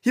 ひ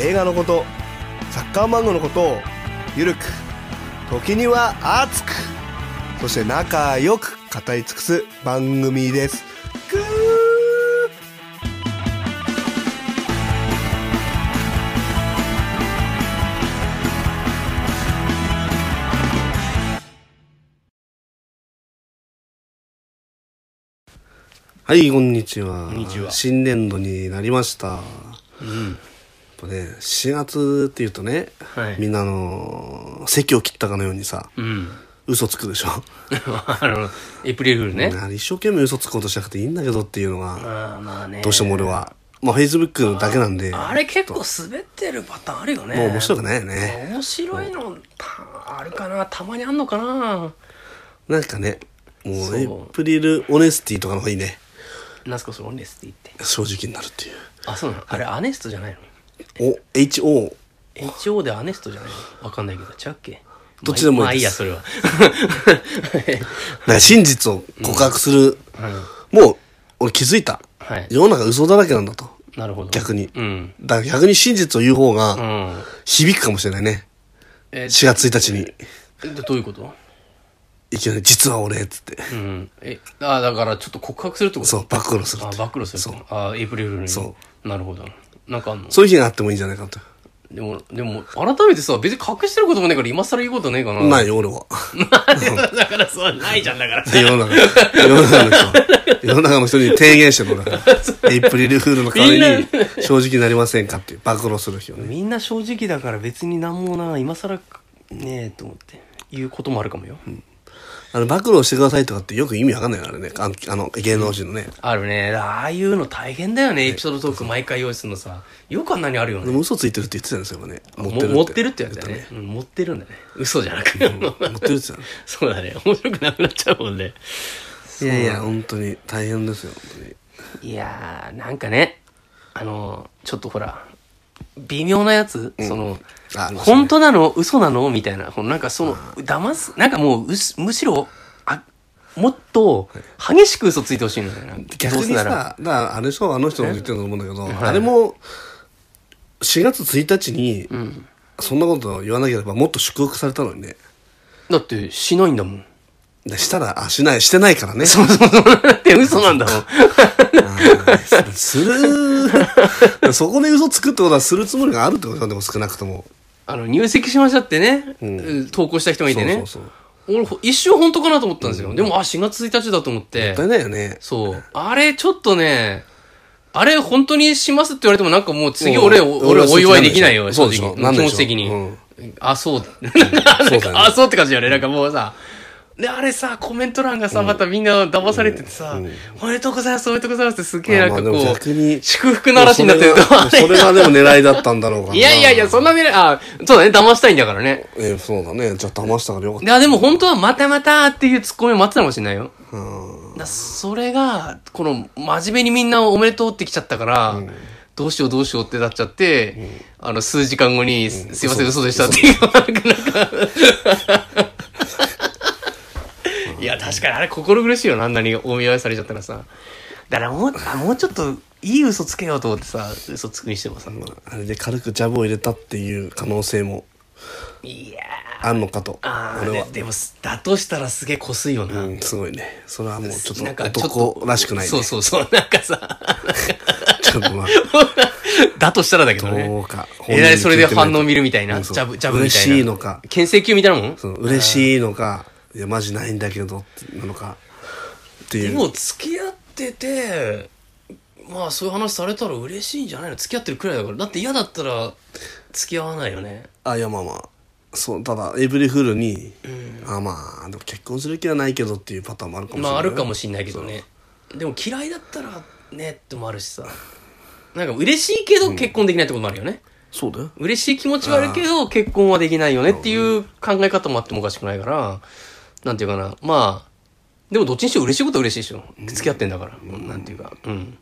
映画のことサッカー漫画のことをゆるく時には熱くそして仲良く語り尽くす番組ですくーはい、こんにちは。こんにちは新年度になりました。やっぱね、4月っていうとね、はいみんなあの、席を切ったかのようにさ、うん。嘘つくでしょ。あの、エイプリルフー ルね。一生懸命嘘つこうとしなくていいんだけどっていうのが、あーまあね。どうしても俺は。まあ、Facebook だけなんで、あれ結構滑ってるパターンあるよね。もう面白くないよね。面白いのたあるかなたまにあんのかななんかね、も、そううエイプリルオネスティとかの方がいいね。なんすかそれオネスティって。正直になるっていう。あ、そうなのあれアネストじゃないのお、HO。 ?HO でアネストじゃないのわかんないけど、ちゃうっけどっちでもいいでですす。まあ いいや、だから真実を告白する。それは。もう、俺気づいた。はい世の中嘘だらけなんだと。うん。なるほど。逆にうん。だから逆に真実を言う方うがん。響くかもしれないね。え、 4月1日に。えどういうこといきなり、実は俺、つって。うん。え、あだからちょっと告白するってことそう、暴露するあって。暴露するそう。あエイプリルフールにそなるほどなんかあんのそういう日があってもいいんじゃないかと。でもでも改めてさ別に隠してることもないから今更言うことねえかな ないいよ、俺は。だからそうないじゃんだから世の中、世の中の人、世の中の人に提言してもらう。 エイプリルフールの代わりみんなに、正直になりませんかっていう、暴露する日をね。みんな正直だから別になんもな今更ねえと思って言うこともあるかもよ、あの、暴露してくださいとかってよく意味わかんないからね。あの、あの芸能人のね。あるねああいうの大変だよねエピソードトーク毎回用意するのさよくあんなにあるよでねも嘘ついてるって言ってたんですよ、ね。持ってるも持ってるってやつだ言ねうん持ってるんだね嘘じゃなくたね。持ってるって言って そうだね面白くなくなっちゃうもんねたね。いやいや、本当に大変ですよ、本当に。いやー、なんかね、あの、ちょっとほら、微妙なやつ、その、あありますね本当なの嘘なのみたいな、このなんかその、騙す、なんかもううす、むしろ、あ、もっと、激しく嘘ついてほしいのよな。逆どうにせさ、だなら。からあれそう、あの人のこと言ってると思うんだけど、いあれも、4月1日に、そんなこと言わなければもっと祝福されたのにね。だって、しないん だもん。でしたら、あ、しない、してないからね。そうそうそう、だって嘘なんだもん。す る。そこで嘘つくってことはするつもりがあるってことなんでも少なくとも。あの、入籍しましたってね、うん投稿した人がいてね。そうそう俺、ほ一瞬本当かなと思ったんですよ。でも、あ、4月1日だと思って。そう。だよね。そう。あれ、ちょっとね、あれ、本当にしますって言われても、なんかもう次俺、もう俺、はお祝いできないよ、そ正うでしょ直。なん気でしょう持ち的に。うんあ、そう。 なんだよねかあ、そうって感じだよね。なんかもうさ、で、あれさ、コメント欄がさ、またみんな騙されててさ、おめでとうございます、おめでとうございますってすげえなんまあかまこあでもう逆に、祝福の嵐になってると、 あそれれがでも狙いだったんだろうからな。いやいやいや、そんな未来、あ、そうだね、騙したいんだからね。えそうだね。じゃあ騙したからよかっいや、でも本当はまたまたっていうツッコミを待ってたかもしれないよ。た。うん。だそれがこの真面目にみんなおめでとうってきちゃったから、どうしようどうしようってなっちゃって、あの数時間後に、すすいません嘘でしたっていうなんかいや確かにあれ心苦しいよなあんなにお見合いされちゃったらさだからもうあもうちょっといい嘘つけようと思ってさ嘘つくにしてもさ、あれで軽くジャブを入れたっていう可能性もいやーあんのかと。あー俺はで。でもだとしたらすげえこすいよな、うん、すごいね。それはもうちょっなんとかちょっと男らしくないね。そうそうそうなんかさちょっとまあ、 だとしたらだけどね。どうかえらいそれで反応見るみたいうんな。そジうャブ、ジャブみたいな。嬉しいのか牽制球みたいなもんその嬉しいのか、いや、マジないんだけど、ってなのか、ってでいう。も付き合ってて、まあそういう話されたら嬉しいんじゃないの付き合ってるくらいだから。だって嫌だったら付き合わないよね。あ、いや、まあまあ。そう、ただ、エイブリルフールに、あ、まあ、でも結婚する気はないけどっていうパターンもあるかもしれまない。ああるかもしんないけどね。でも嫌いだったらねってもあるしさ。なんか嬉しいけど結婚できないってこともあるよね。そうだよ嬉しい気持ちはあるけど、結婚はできないよねっていう考え方もあってもおかしくないから、なんていうかな、まあ、でもどっちにしろ嬉しいことは嬉しいでしょ。付き合ってんだから、なんていうか、うん。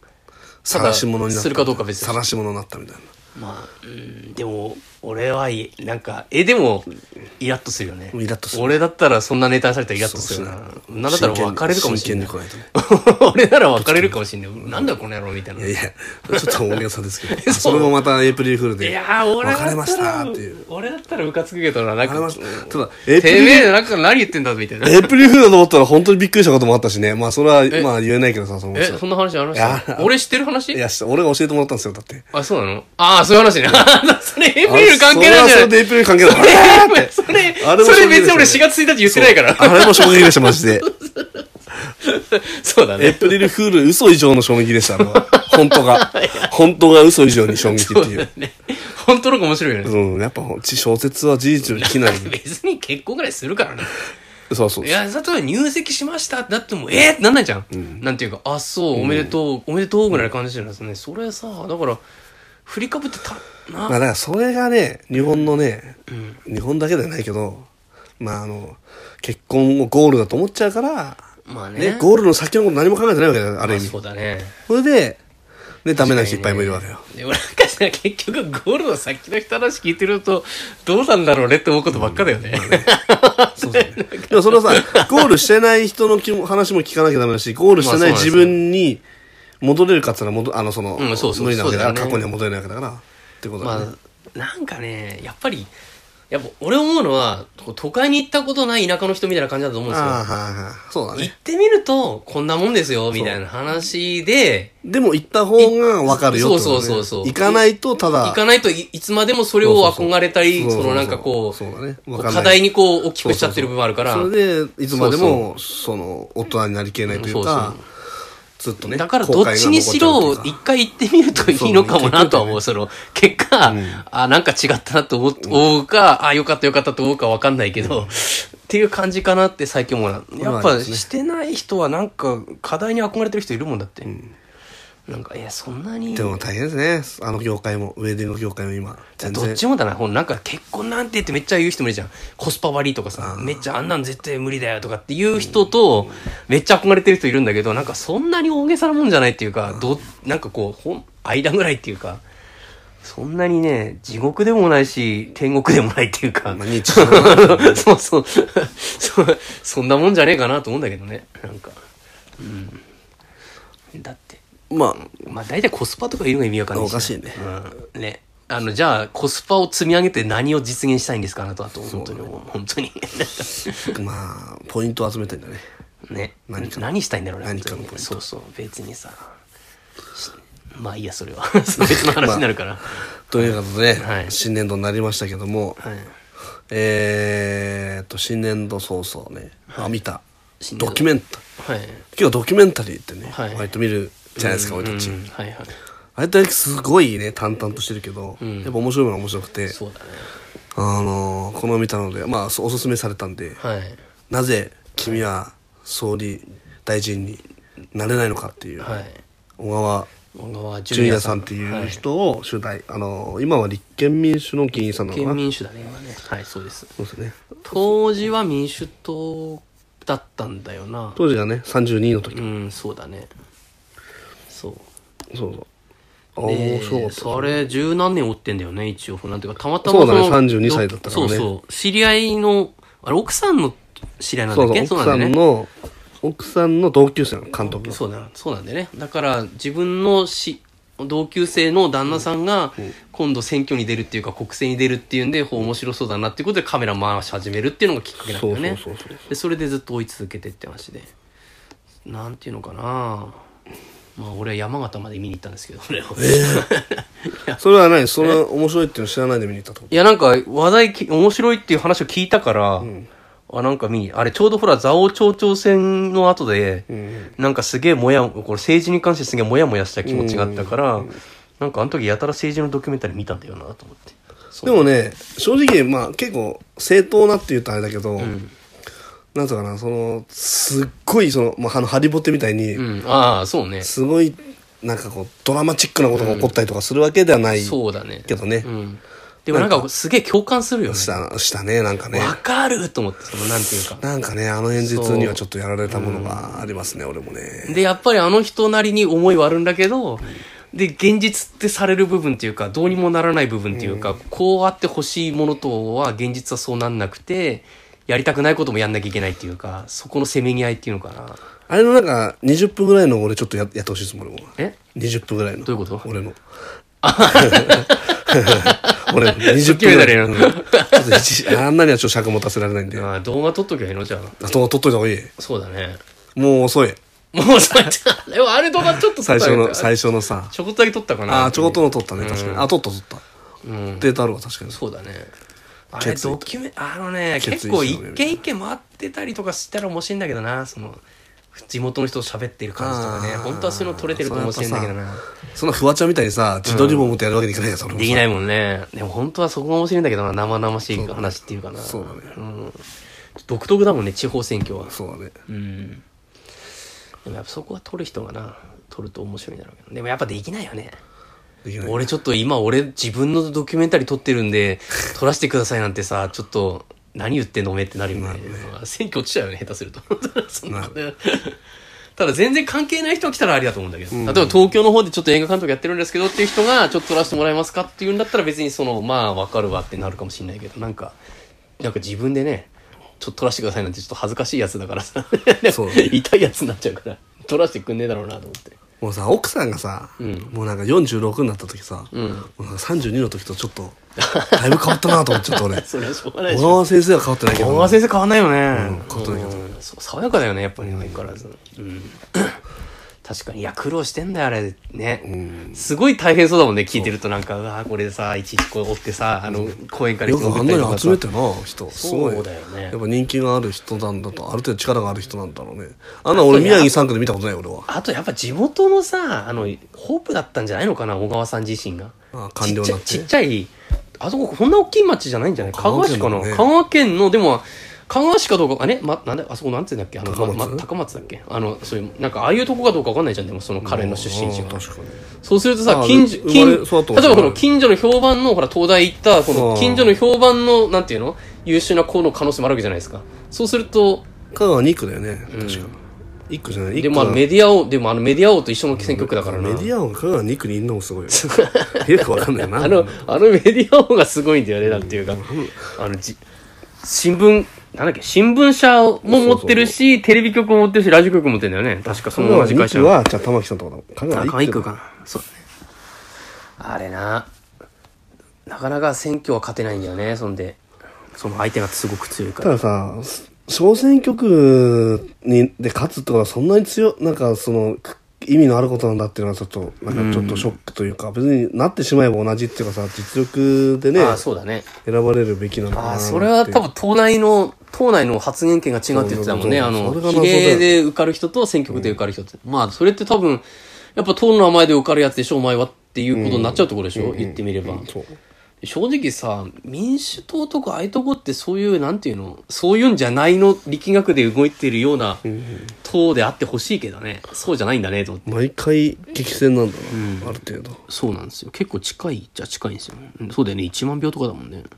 ただ晒し者になったするかどうか別に。晒し者になったみたいなまあ、うん、でも、俺はいい、なんか、え、でも、イラッとするよね。イラッとする俺だったらそんなネタされたらイラッとするな。そうなんだったら別れるかもしれな真剣にい。真剣に 俺なら別れるかもしれない。なんだこの野郎みたいな。いやいやちょっと大げさです けえどそれもまたエイプリルフールでいやー、俺だっ別たら、れましたっていう俺だったらムカつくけどな、なん別れまか、したただエイプてめリルえ、なんか何言ってんだみたいな。エイプリルフールだと思ったら本当にびっくりしたこともあったしねまあそれはまあ言えないけどさそのえ、そんな話ありましいやた俺知ってる話いや俺が教えてもらったんですよだってあ、そうなのああ、そういう話ね。 それエイプリル関係ないんじあれそれゃはそれないでエイプリル関係ない それ、あれもそれ別に衝撃俺です4よ月1日言ってないから。あれも衝撃でしたマジ でそうだエイね。プリルフール嘘以上の衝撃でしたあれ は本当が本当が嘘以上に衝撃そってういだう ね。本当の方が面白いよね。うんやっぱ小説は事実よりきない別に結婚ぐらいするからね。そうそういや、例えば入籍しましたってなっても、えーってなんないじゃん。なんていうか、あ、そう、おめでとう、おめでとうぐらいな感じじゃないですかね。それさ、だから、振りかぶってた、な。まあだからそれがね日本のね、日本だけではないけどまああの結婚をゴールだと思っちゃうから、まあねね。ゴールの先のこと何も考えてないわけだよあるまあ意味、そうだね。それで、ね、ダメな人いっぱいもいるわけよでもなんかさ、結局ゴールの先の人の話聞いてると、どうなんだろうねって思うことばっかだよね。そうそうねでもそのさゴールしてない人の気も話も聞かなきゃダメだしゴールしてないまあそうなんです自よ分に戻れるかっていうのは戻あのその、うんそうそう無理なわけだからそうだよね過去には戻れないわけだからってことだね、 まあ、なんかね、やっぱり、やっぱ俺思うのは、こう都会に行ったことない田舎の人みたいな感じだと思うんですよ。ああはいはいそうだ行ねってみると、こんなもんですよ、みたいな話で、でも行った方が分かるよってことだねそうそうそうそう行かないとただ行かないといいつまでもそれを憧れたり、そうそうそそうのなんかこう、そうだねこうわかんない課題にこう大きくしちゃってる部分あるから、それでいつまでもその大人になりきれないというかずっとねだからどっちにしろ後悔が残っちゃうという一か回行ってみるといいのかもなとは思う。その結果、あ、なんか違ったなと思思うか、あ、よかったよかったと思うかわかんないけど、っていう感じかなって最近思うな。やっまあぱですねしてない人はなんか課題に憧れてる人いるもんだって。なんか、いや、そんなに。でも大変ですねあの業界もウェディング業界も今全どっ然ちもだな、ほんなんか結婚なんてってめっちゃ言う人もいるじゃん。コスパ悪いとかさ、めっちゃあんなん絶対無理だよとかっていう人と、めっちゃ憧れてる人いるんだけど、なんかそんなに大げさなもんじゃないっていうか、ど、なんかこう、ほん、間ぐらいっていうか、そんなにね、地獄でもないし、天国でもないっていうか、まあ日常 そうそう、そ、そんなもんじゃねえかなと思うんだけどね、なんか。うん。だって。ままあ大体コスパとかいうのが意味わかんないおかしいね。うん、ね。あの、じゃあ、コスパを積み上げて何を実現したいんですかあなたはと、本当に思う、本当 に。あまあポイントを集めてんだねね。何か何したいんだろうね。何かの本当にポイントそうそう、別にさ。しまあいいや、それは。 その別の話になるから。ということで、はい新年度になりましたけども、はい。えーっと新年度早々ね、あ見た新ド年度キュメンタはい。今日ドキュメンタリーってね、はい割と見るじゃないですか、俺たち、うん、はいはい。あれってすごいね淡々としてるけど、やっぱ面白いのは面白くてそうだね。あのーこの見たのでまあそうおすすめされたんで、はい。なぜ君は総理大臣になれないのかっていう、はい。小川小川淳淳也也ささんんっていはう人を主題、あのー今は立憲民主の議員さんなのかな県民主だね、今ね。はい、そうです。そうですね当時は民主党だったんだよな。当時がね32の時、うんそうだねそうそうそうあで面白かったそれ十何年追ってんだよね一応なんていうかたまたまそうだねの32歳だったからねそうそう知り合いのあれ奥さんの知り合いなんだそっうけそうそう奥なさんだよんねの奥さんの同級生の監督そうだそうなんだよねだから自分のし同級生の旦那さんが今度選挙に出るっていうか国政に出るっていうんでほう面白そうだなっていうことでカメラ回し始めるっていうのがきっかけなんだそうそようねそうそうでそれでずっと追い続けてって話でなんていうのかなまあ俺は山形まで見に行ったんですけど俺は、それは何それは面白いっていうの知らないで見に行ったってこと いや、なんか、話題き、面白いっていう話を聞いたから、あ、なんか見に、あれ、ちょうどほら、蔵王町長選の後で、なんかすげえもや、これ政治に関してすげえもやもやした気持ちがあったから、なんかあの時やたら政治のドキュメンタリー見たんだよなと思って。でもね正直まあ結構正当なって言うとあれだけど、なんとかなそのすっごいその,、まあ、あのハリボテみたいに、うん、ああ、そうね。すごいなんかこうドラマチックなことが起こったりとかするわけではないそうだね。けどね、うん。でもなんかすげえ共感するよね。した、したね、なんかね。わかると思って、そのなんていうか。なんかね、あの演説にはちょっとやられたものがありますね、俺もね。で、やっぱりあの人なりに思いはあるんだけど、で、現実ってされる部分っていうか、どうにもならない部分っていうか、こうあってほしいものとは現実はそうなんなくて、やりたくないこともやんなきゃいけないっていうか、そこのせめぎ合いっていうのかな。あれのなんか、20分ぐらいの俺ちょっとややってほしいですもん、俺も。え20分ぐらいの。どういうこと俺の。 俺の、20ドキュ分メンぐタらリい。ーうんちのょっと一時あんなにはちょっと尺持たせられないんで。あああ動画撮っときゃいいのじゃあ。と、取っといた方がいい。そうだね。もう遅い。もうそうやって、あれはあれ動画ちょっと最撮った初よねの、最初のさ。ちょこっとだけ撮ったかな。ああ、ちょこっとの取ったね、確かに。あ、取った取った。うん。データあるわ、確かに。そうだね。あ決れ意とドキュメ、あのね、決意結表明み構一たいな軒一軒回ってたりとかしたら面白いんだけどな、その、地元の人と喋ってる感じとかね、あー本当はそういうの撮れてると面白いんだけどな。そのフワちゃんみたいにさ、自撮り棒持ってやるわけにいかないやつ、俺もさできないもんね。でも本当はそこが面白いんだけどな、生々しい話っていうかな。そうだねん。独特だもんね、地方選挙は。そうだね。うん。でもやっぱそこは撮る人がな、撮ると面白いんだろうけど。でもやっぱできないよね。できない。俺ちょっと今俺自分のドキュメンタリー撮ってるんで 撮らせてくださいなんてさちょっと何言ってんのおめえってなるよね選挙落ちちゃうよね下手 するとそんな ただ全然関係ない人が来たらありだと思うんだけど、例えば東京の方でちょっと映画監督やってるんですけどっていう人がちょっと撮らせてもらえますかっていうんだったら別にそのまあわかるわってなるかもしれないけどなんかなんか自分でねちょっと撮らせてくださいなんてちょっと恥ずかしいやつだからさそうだね 痛いやつになっちゃうから撮らせてくんねえだろうなと思ってもうさ、奥さんがさ、もうなんか46になった時さ、んもうなんか32の時とちょっと、だいぶ変わったなと思っちゃった俺。 それはしょうがないで小しょ川先生は変わってないけど。小川先生変わんないよね。変わってないけうんそう爽やかだよね、やっぱり相変わらず。うん。 確かに、いや、苦労してんだよ、あれ。ね。すごい大変そうだもんね、聞いてるとなんか、うわーこれでさ、いちいちこう追ってさ、あの、公園からよくあんなに集めてる。な、人。すごい。そうだよねやっぱ人気がある人なんだと、ある程度力がある人なんだろうね。あんな俺宮城3区で見たことない俺は。あとやっぱ地元のさ、あの、ホープだったんじゃないのかな、小川さん自身が。あ官僚になってちっちゃい、あそこ、こんな大きい町じゃないんじゃない香川川県市だかもな、んね香川県の、でも、香川市かどうか、あれ、ま、なんだ、あそこなんて言うんだっけあの、高松まま高松だっけあの、そういう、なんか、ああいうとこかどうかわかんないじゃん、でも、その彼の出身地あがー。確かに。そうするとあさあ、近所、生ま近れ例え育ったばとここじゃないの近所の評判の、ほら、東大行った、こあのあ近所の評判の、なんていうの優秀な子の可能性もあるわけじゃないですか。そうすると、香川2区だよね。確か。1区じゃない。でもあのメディア王、でもあのメディア王と一緒の選挙区だからな。メディア王が香川2区にいんのもすごいよ。よくわかんないな。あの、 あのメディア王がすごいんだよね、なんていうか。あの、じ、新聞、なんだっけ、新聞社も持ってるし、テレビ局も持ってるし、ラジオ局も持ってるんだよね。確かそ香の川同じ会2社区。は、じゃあ玉木さんとかだもん。香川あ、 1かわい区くかな。そうだね。あれな。なかなか選挙は勝てないんだよね、そんで。その相手がすごく強いかたら。ださ、小選挙区にで勝つってことはそんなに強い、なんかその、く意味のあることなんだっていうのはちょっと、なんかちょっとショックというか、別になってしまえば同じっていうかさ、実力でね、ああ、そうだね。選ばれるべきなのかなあっあ、てそれは多分、党内の、党内の発言権が違うって言ってたもんね。そうあのそれが、謎比だよ例で受かる人と選挙区で受かる人って。まあ、それって多分、やっぱ党の名前で受かるやつでしょ、お前はっていうことになっちゃうところでしょ、言ってみれば。そう。正直さ、民主党とかああいうとこってそういう、なんていうの、そういうんじゃないの力学で動いてるような党であってほしいけどね。そうじゃないんだね、と思って。毎回激戦なんだな、ある程度。そうなんですよ。結構近いっちゃ近いんですよ。うんそうだよね、1万票とかだもんね。だか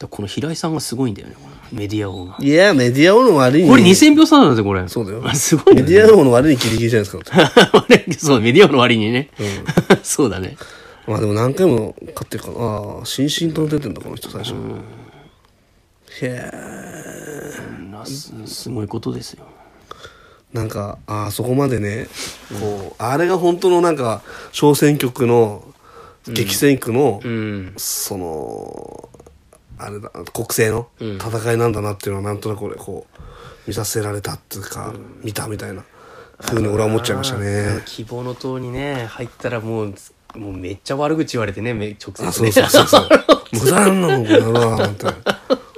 らこの平井さんがすごいんだよね、このメディア王が。いや、メディア王の悪いに。これ2000票差なんだぜ、これ。そうだよすごいメよディね。ア王の悪いにギリギリじゃないです か。そう、メディアの割にね。 そうだね。まあでも何回も勝ってるから、ああ、新進党出てんだ、この人最初。へえ。なすすごいことですよ。なんか、あーそこまでね、こう、あれが本当のなんか、小選挙区の、激戦区の、うん。その、あれだ、国政の戦いなんだなっていうのは、なんとなく俺、こう、見させられたっていうか、見たみたいな、ふうに俺は思っちゃいましたあーね。希望の党にね、入ったらもう、もうめっちゃ悪口言われてね、め直接ね。あ、そうそ うそう そう。無駄なのかな、なんて。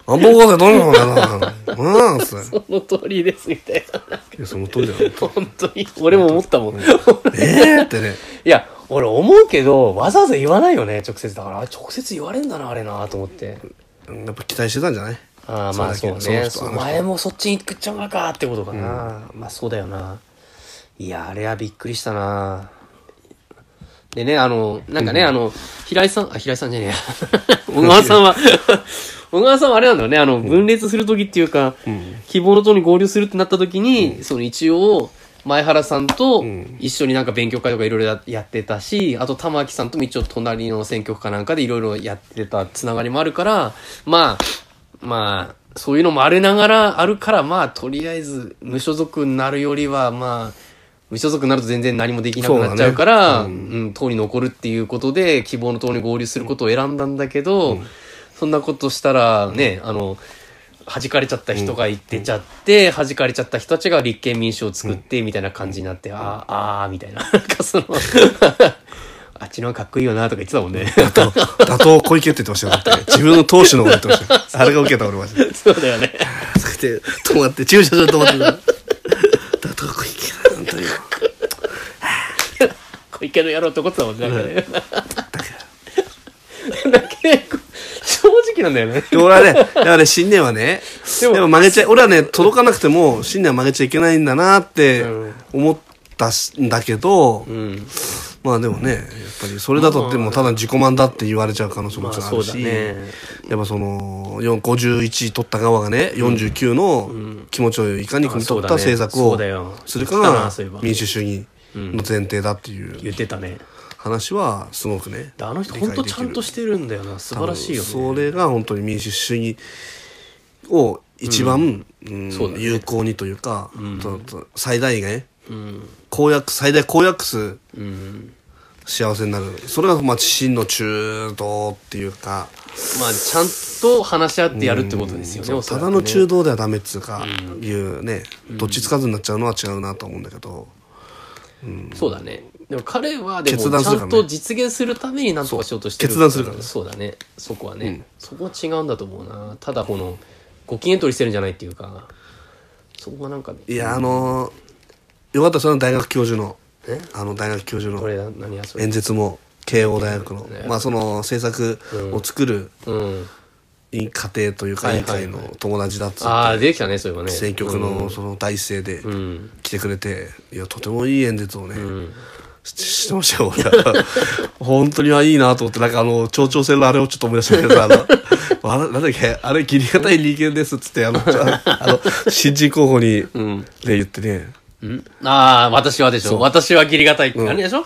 あんぼこでどうなのかな、なん つって。その通りです、みたいな。いやその通りだよ。本当に。俺も思った もん。いえーってね。や、俺思うけど、わざわざ言わないよね、直接。だから、あ直接言われんだな、あれな、と思って。やっぱ期待してたんじゃないああ、まあそうそのね。人そうあの人前もそっちに行っちゃうのかってことかな。まあそうだよな。いや、あれはびっくりしたな。でね、あの、なんかね、あの、平井さん、あ、平井さんじゃねえや。 小川さん は、小川さんはあれなんだよね、あの、分裂するときっていうか、希望の党に合流するってなったときに、その一応、前原さんと一緒になんか勉強会とかいろいろやってたし、あと玉木さんとも一応隣の選挙区かなんかでいろいろやってたつながりもあるから、まあ、まあ、そういうのもあれながら、あるから、まあ、とりあえず、無所属になるよりは、まあ、無所属になると全然何もできなくなっちゃうから、うん、党に残るっていうことで、希望の党に合流することを選んだんだけど、そんなことしたら、ね、あの、弾かれちゃった人がいてちゃって、弾かれちゃった人たちが立憲民主を作って、みたいな感じになって、あーあー、みたいな。なんかその、 あっちの方がかっこいいよな、とか言ってたもんね。打倒打倒小池って言ってましたよ。だって自分の投手の方言ってました よ。あれが受けた俺マジで。 そうだよね。それで止まって、駐車場に止まって た。打倒小池だ、本当に。小池の野郎ってことだもんね。なんかね。だけど正直なんだよね。 で俺はね、だからね、新年はね、ででもも曲げちゃ、俺はね、届かなくても、新年は曲げちゃいけないんだなってうん思ったしんだけど、うん。まあでもね、やっぱりそれだとってもうただ自己満だって言われちゃう可能性ももちろんあるまあし、そうだねやっぱその、よん51取った側がね、49の気持ちをいかに汲み取ったあそうだね政策そをうだよするか言ってたがなそういえば民主主義の前提だっていう言ってたね。話はすごくね。あの人理解で本当きるちゃんとしてるんだよな。素晴らしいよね。それが本当に民主主義を一番、うんそうだね有効にというか、とと最大限うん。公約最大公約数うん。幸せになるそれがまあ真の中道っていうかまあ、ちゃんと話し合ってやるってことですよね。おそたらくだねの中道ではダメっつうか、いうねどっちつかずになっちゃうのは違うなと思うんだけど、そうだね。でも彼はでも決断ちすゃるからねんと実現するために何とかしようとしてるそう決断するからねそうだねそこはね、そこは違うんだと思うなただこのご機嫌取りしてるんじゃないっていうかそこがなんかねいやあのよかったその大学教授のあの大学教授のこれだ何やそれ演説も慶応大学の、まあその政策を作るうん委員家庭というかは委い員はいはい会の友達だっつってああ出てきたねそういえばね選挙区のその体制でん来てくれていやとてもいい演説をねししてましたよ俺は 本当にはいいなと思ってなんかあの町長選のあれをちょっと思い出したけどさあ のあのなんだっけあれ切りがたい人間ですっつってあのちょあの新人候補に、ね、言ってねうんああ私はでしょ私は義理がたい、あれでしょ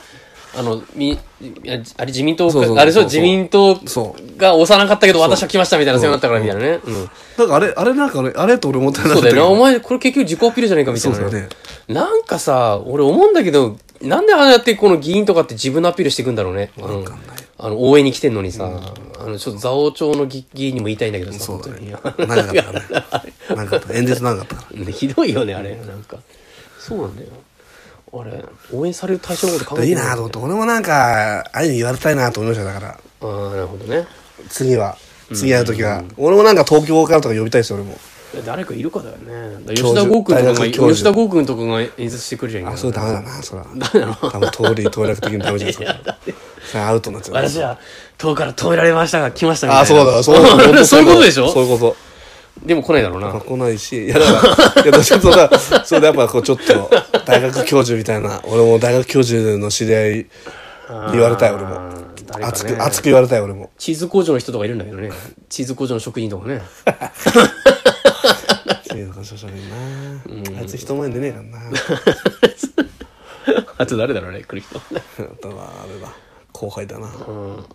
あのみいやあれ自民党かそうそうそうそうあれでしょ自民党そが幼かったけど私は来ましたみたいなそういうのあったからみたいなね、うんなんかあれあれなんかねあれと俺思ってなかそっうただけよね。おど前、これ結局自己アピールじゃないかみたいな。そうだよねなんかさ、俺思うんだけど、なんでああやってこの議員とかって自分のアピールしていくんだろうね。あの、あの応援に来てんのにさ、あの、ちょっと蔵王町の議議員にも言いたいんだけどさ、そうだね本長かったね長かった演説長か ったから当にひどいよね、あれ。なんか。そうなんだよ。あれ、応援される対象のこと考えていいなと思って俺もなんかああいうの言われたいなと思いましただからああ、なるほどね。次は次会う時は、俺もなんか東京からとか呼びたいですよ俺も誰かいるかだよね。だか教ら吉授田豪君と大かが、学教授吉田豪君とかが演説してくるじゃん。あ今それダメだなそれは多分通り通略的にダメじゃないですかそれアウトになっちゃう私は党から止められましたが、来ましたみたいな。あそうだそうだ本当 そういうことでしょそういうことでも来ないだろうな。まあ来ないしいやだからい やどっちかというとさそれでやっぱこうちょっと大学教授みたいな俺も大学教授の知り合いに言われたい俺あもー誰かね熱く熱く言われたい俺もチーズ工場の人とかいるんだけどね。チーズ工場の職員とかね。そういうことしょうがないなあいつ人前に出ねえからな あと誰だろうね、来る人。あとはあれだ後輩だなうん。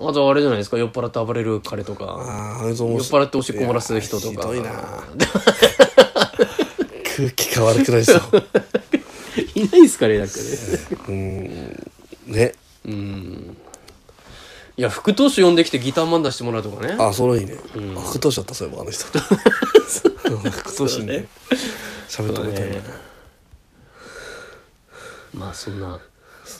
あとあれじゃないですか、酔っ払って暴れる彼とか。あああいつも酔っ払っておしっこ漏らす人と いか。やひどいな空気変わるくらいですよいないですかね、なんかね。ねいや、副投手呼んできてギターマン出してもらうとかね。あそのいいね、あ副投手だったそういえばあの 人副投手にね喋ってもらいたいねねまあ、そんな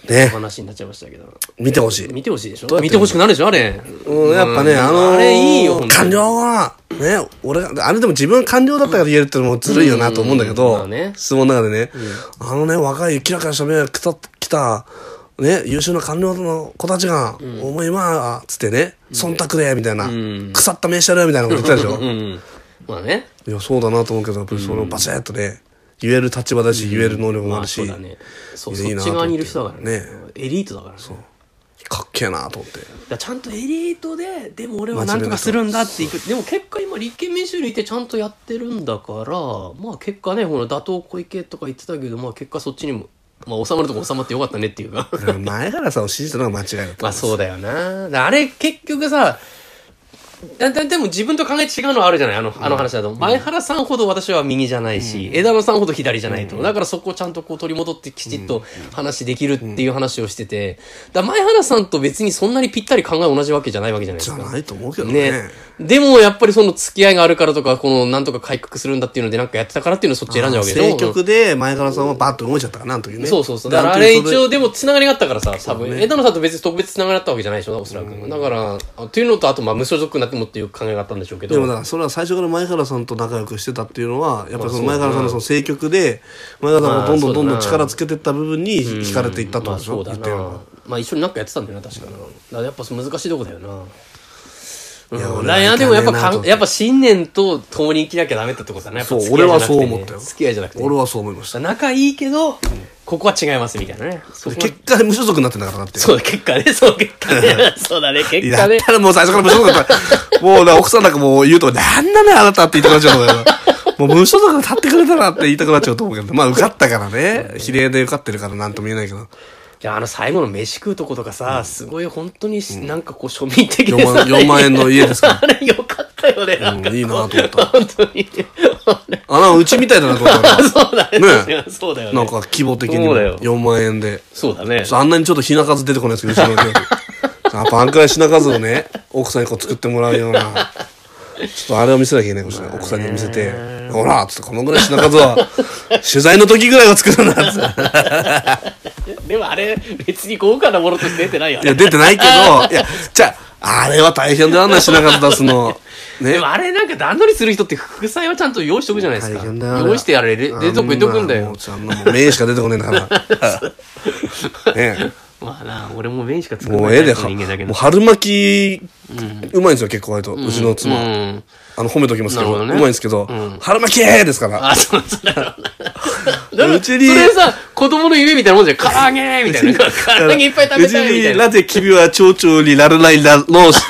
ね話になっちゃいましたけど。見てほしい、見てほしいでしどうやょって見てほしくなるでしょ、あれ。うん、やっぱね、うんあのー、あれいいよ、本当官に僚はね俺があれでも自分官僚だったから言えるってのもずるいよなと思うんだけど、うんまあね質問の中でね、あのね若いキラキラした目が来た来たね、優秀な官僚の子たちが「お前今は」つってね「忖度で」みたいな、ん腐った名車だよ」みたいなこと言ってたでしょ、うん。まあね。いや、そうだなと思うけど、やっぱりそのバチッとね、言える立場だし、言える能力もあるまあし、そうだね。そう、いいそなっと思ちって側にいる人だからねね。エリートだからね。かっけえなと思ってだからちゃんとエリートででも俺はなんとかするんだっていくでも結果今立憲民主にいてちゃんとやってるんだからまあ結果ねほら打倒小池とか言ってたけどまあ結果そっちにも、まあ、収まるとこ収まってよかったねっていうかだから前原さんを信じたのは間違いだったまあそうだよなだあれ結局さだだでも自分と考え違うのはあるじゃないあのあの話だと、前原さんほど私は右じゃないし、枝野さんほど左じゃないと、だからそこをちゃんとこう取り戻ってきちっと話できるっていう話をしててだ前原さんと別にそんなにぴったり考え同じわけじゃないわけじゃないでじすゃかないと思うけどねね。でもやっぱりその付き合いがあるからとか、このなんとか改革するんだっていうのでなんかやってたからっていうのをそっち選んじゃうわけでしょ政局で前原さんはバッと動いちゃったかなというねそうそうそう。だからあれ一応ででも繋がりがあったからさ、多分、枝野さんと別に特別繋がりあったわけじゃないでしょ、おそらく。だから、あというのと、あとまあ無所属になってもっていう考えがあったんでしょうけど。もだからそれは最初から前原さんと仲良くしてたっていうのはやっぱりその前原さんのその政局で前原さんがどんどんどんどん力つけてった部分に惹かれていったってことでしょまあ、言っそたうだようなな。まあ一緒になんかやってたんだよな、確かな。だからやっぱそう難しいとこだよな。うん、いや俺ライはアいンけでねもえやなっぱとか思っん、てやっぱ信念と共に生きなきゃダメってとこだな、やっぱそう付き合いじゃなく俺はてねそう思ったよ付き合いじゃなくてね。俺はそう思いました仲いいけど、ここは違いますみたいなね。そこは結果無所属になってんだからなってそうだ、結果ね、そう、結果 ね。そうだね、結だ果っね。たらもう最初から無所属だったら もうな奥さんなんかもう言うとなんなのよあなたって言いたくなっちゃうと思うよもう無所属が立ってくれたなって言いたくなっちゃうと思うけどまあ受かったからね比例で受かってるからなんとも言えないけどいや、あの最後の飯食うとことかさ、すごい本当にし、なんかこう庶民的4で万さ、 4万円の家ですから あれよかったよね、なんか。いいなと思った本当に。 あなんかうちみたいだなこれからそうだねねえ確かに。そうだよね。なんか規模的にそもうだよ4万円で。そうだね。あんなにちょっと品数出てこないですけど、 うちの料理やっぱあんくらい品数をね、奥さんにこう作ってもらうような。ちょっとあれを見せなきゃいけないかもしれない。奥さんに見せて、ほらっつってこのぐらい品数は、取材の時ぐらいは作るなっつって。でもあれ、別に豪華なものとして出てないよいや、ね。出てないけど、いや、じゃあ、あれは大変だよな、品数出すの。ねでも。あれなんか段取りする人って副菜はちゃんと用意しとくじゃないです大か。変だよ。あれ用意してやれ、れ冷蔵庫入れとくんだあんなもよう。あんなもう名しか出てこねえんだから。 ねまあな、俺も麺しか作らもなうい絵でタイプは、の人間だけもうど。春巻き、うまいんですよ、結構割と。うちのう妻。ん。あの、褒めときますけど、なるほうまどねいんですけど、春巻きですから。あ、そうそうだろうな。うちにそれさ、子供の夢みたいなもんじゃん。唐揚げみたいな。 唐揚げいっぱい食べたいみたうちいにな。なぜ君は蝶々にならないな、の、し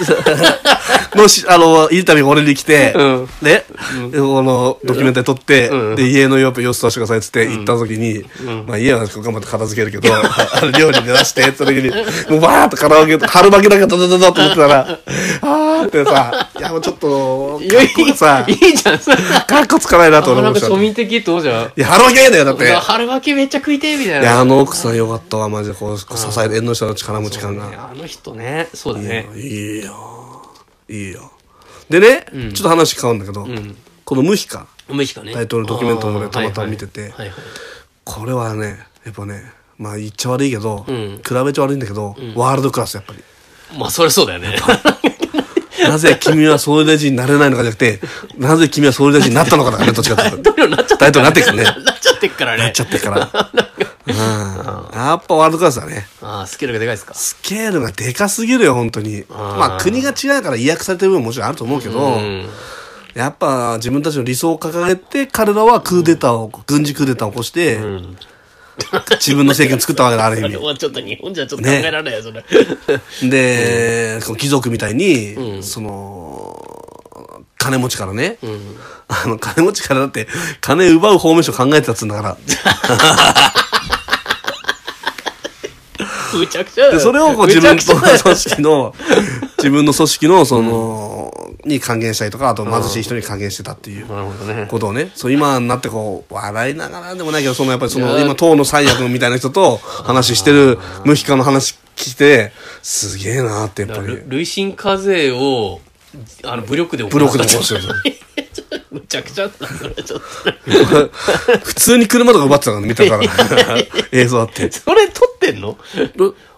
のし、あの、いいために俺に来て、うんね、この、ドキュメンタリー撮って、うんで、家のよ様子させてくださいっつって行った時に、まあ家は頑張って片付けるけど、あの料理出して、って時に、もうバーッと唐揚げ、春巻きだけドドドドって思ってたら、あーってさ、いやもうちょっと、いやい格好がさい、いいじゃん、それ。あかっこつかないなと俺な思んっかてた。庶い民的って思うじゃん。や、春巻き嫌だよ、だって。春巻きめっちゃ食いてえみたいいや、な。あの奥さんよかったわ、マジで。こう、支える、縁の下の力持ち感が。あの人ね、そうだね。いいよ。いいよ。でね、ちょっと話変わるんだけど、このムヒカ梅しかね。大統領ドキュメントもねあーたまたま見ててはいはいはいはいこれはね、やっぱね、まあ言っちゃ悪いけど、ん比べちゃ悪いんだけど、ワールドクラスやっぱり。まあ、そりゃそうだよね。なぜ君は総理大臣になれないのかじゃなく て、なぜ君は総理大臣になったのかだ からね、どっちかっていうと。大統領になっちゃった。大統領になっていくね。 なっちゃってっからなっねちゃ。ってるから。うん。やっぱワールドクラスだね。ああ、スケールがでかいですか。スケールがでかすぎるよ、本当に。まあ国が違うから威圧されてる部分ももちろんあると思うけど、うん。やっぱ自分たちの理想を掲げて、彼らはクーデターを、軍事クーデターを起こして、自分の政権作ったわけだ、あるあ意れ味。はちょっと日本じゃちょっと考えられないよ、それ。 で、この貴族みたいに、その、金持ちからね、あの、金持ちからだって、金奪う法務省考えてたっつうんだから。むちゃくちゃだよで、それをこう自分むちゃのくちゃだ よ組織の、自分の組織の、その、に還元したりとか、あと貧しい人に還元してたっていう。なるほどね。ことをね、そう今になってこう、笑いながらでもないけど、そのやっぱりそのいや今、党の三役みたいな人と話してる、無比化の話聞いて、すげえなってやっぱりル、累進課税を、あの、武力で行ブロックで行こうしてる。 むちゃくちゃだな、それちょっと。普通に車とか奪ってたからね見たから、 映像あって。それ撮ってんの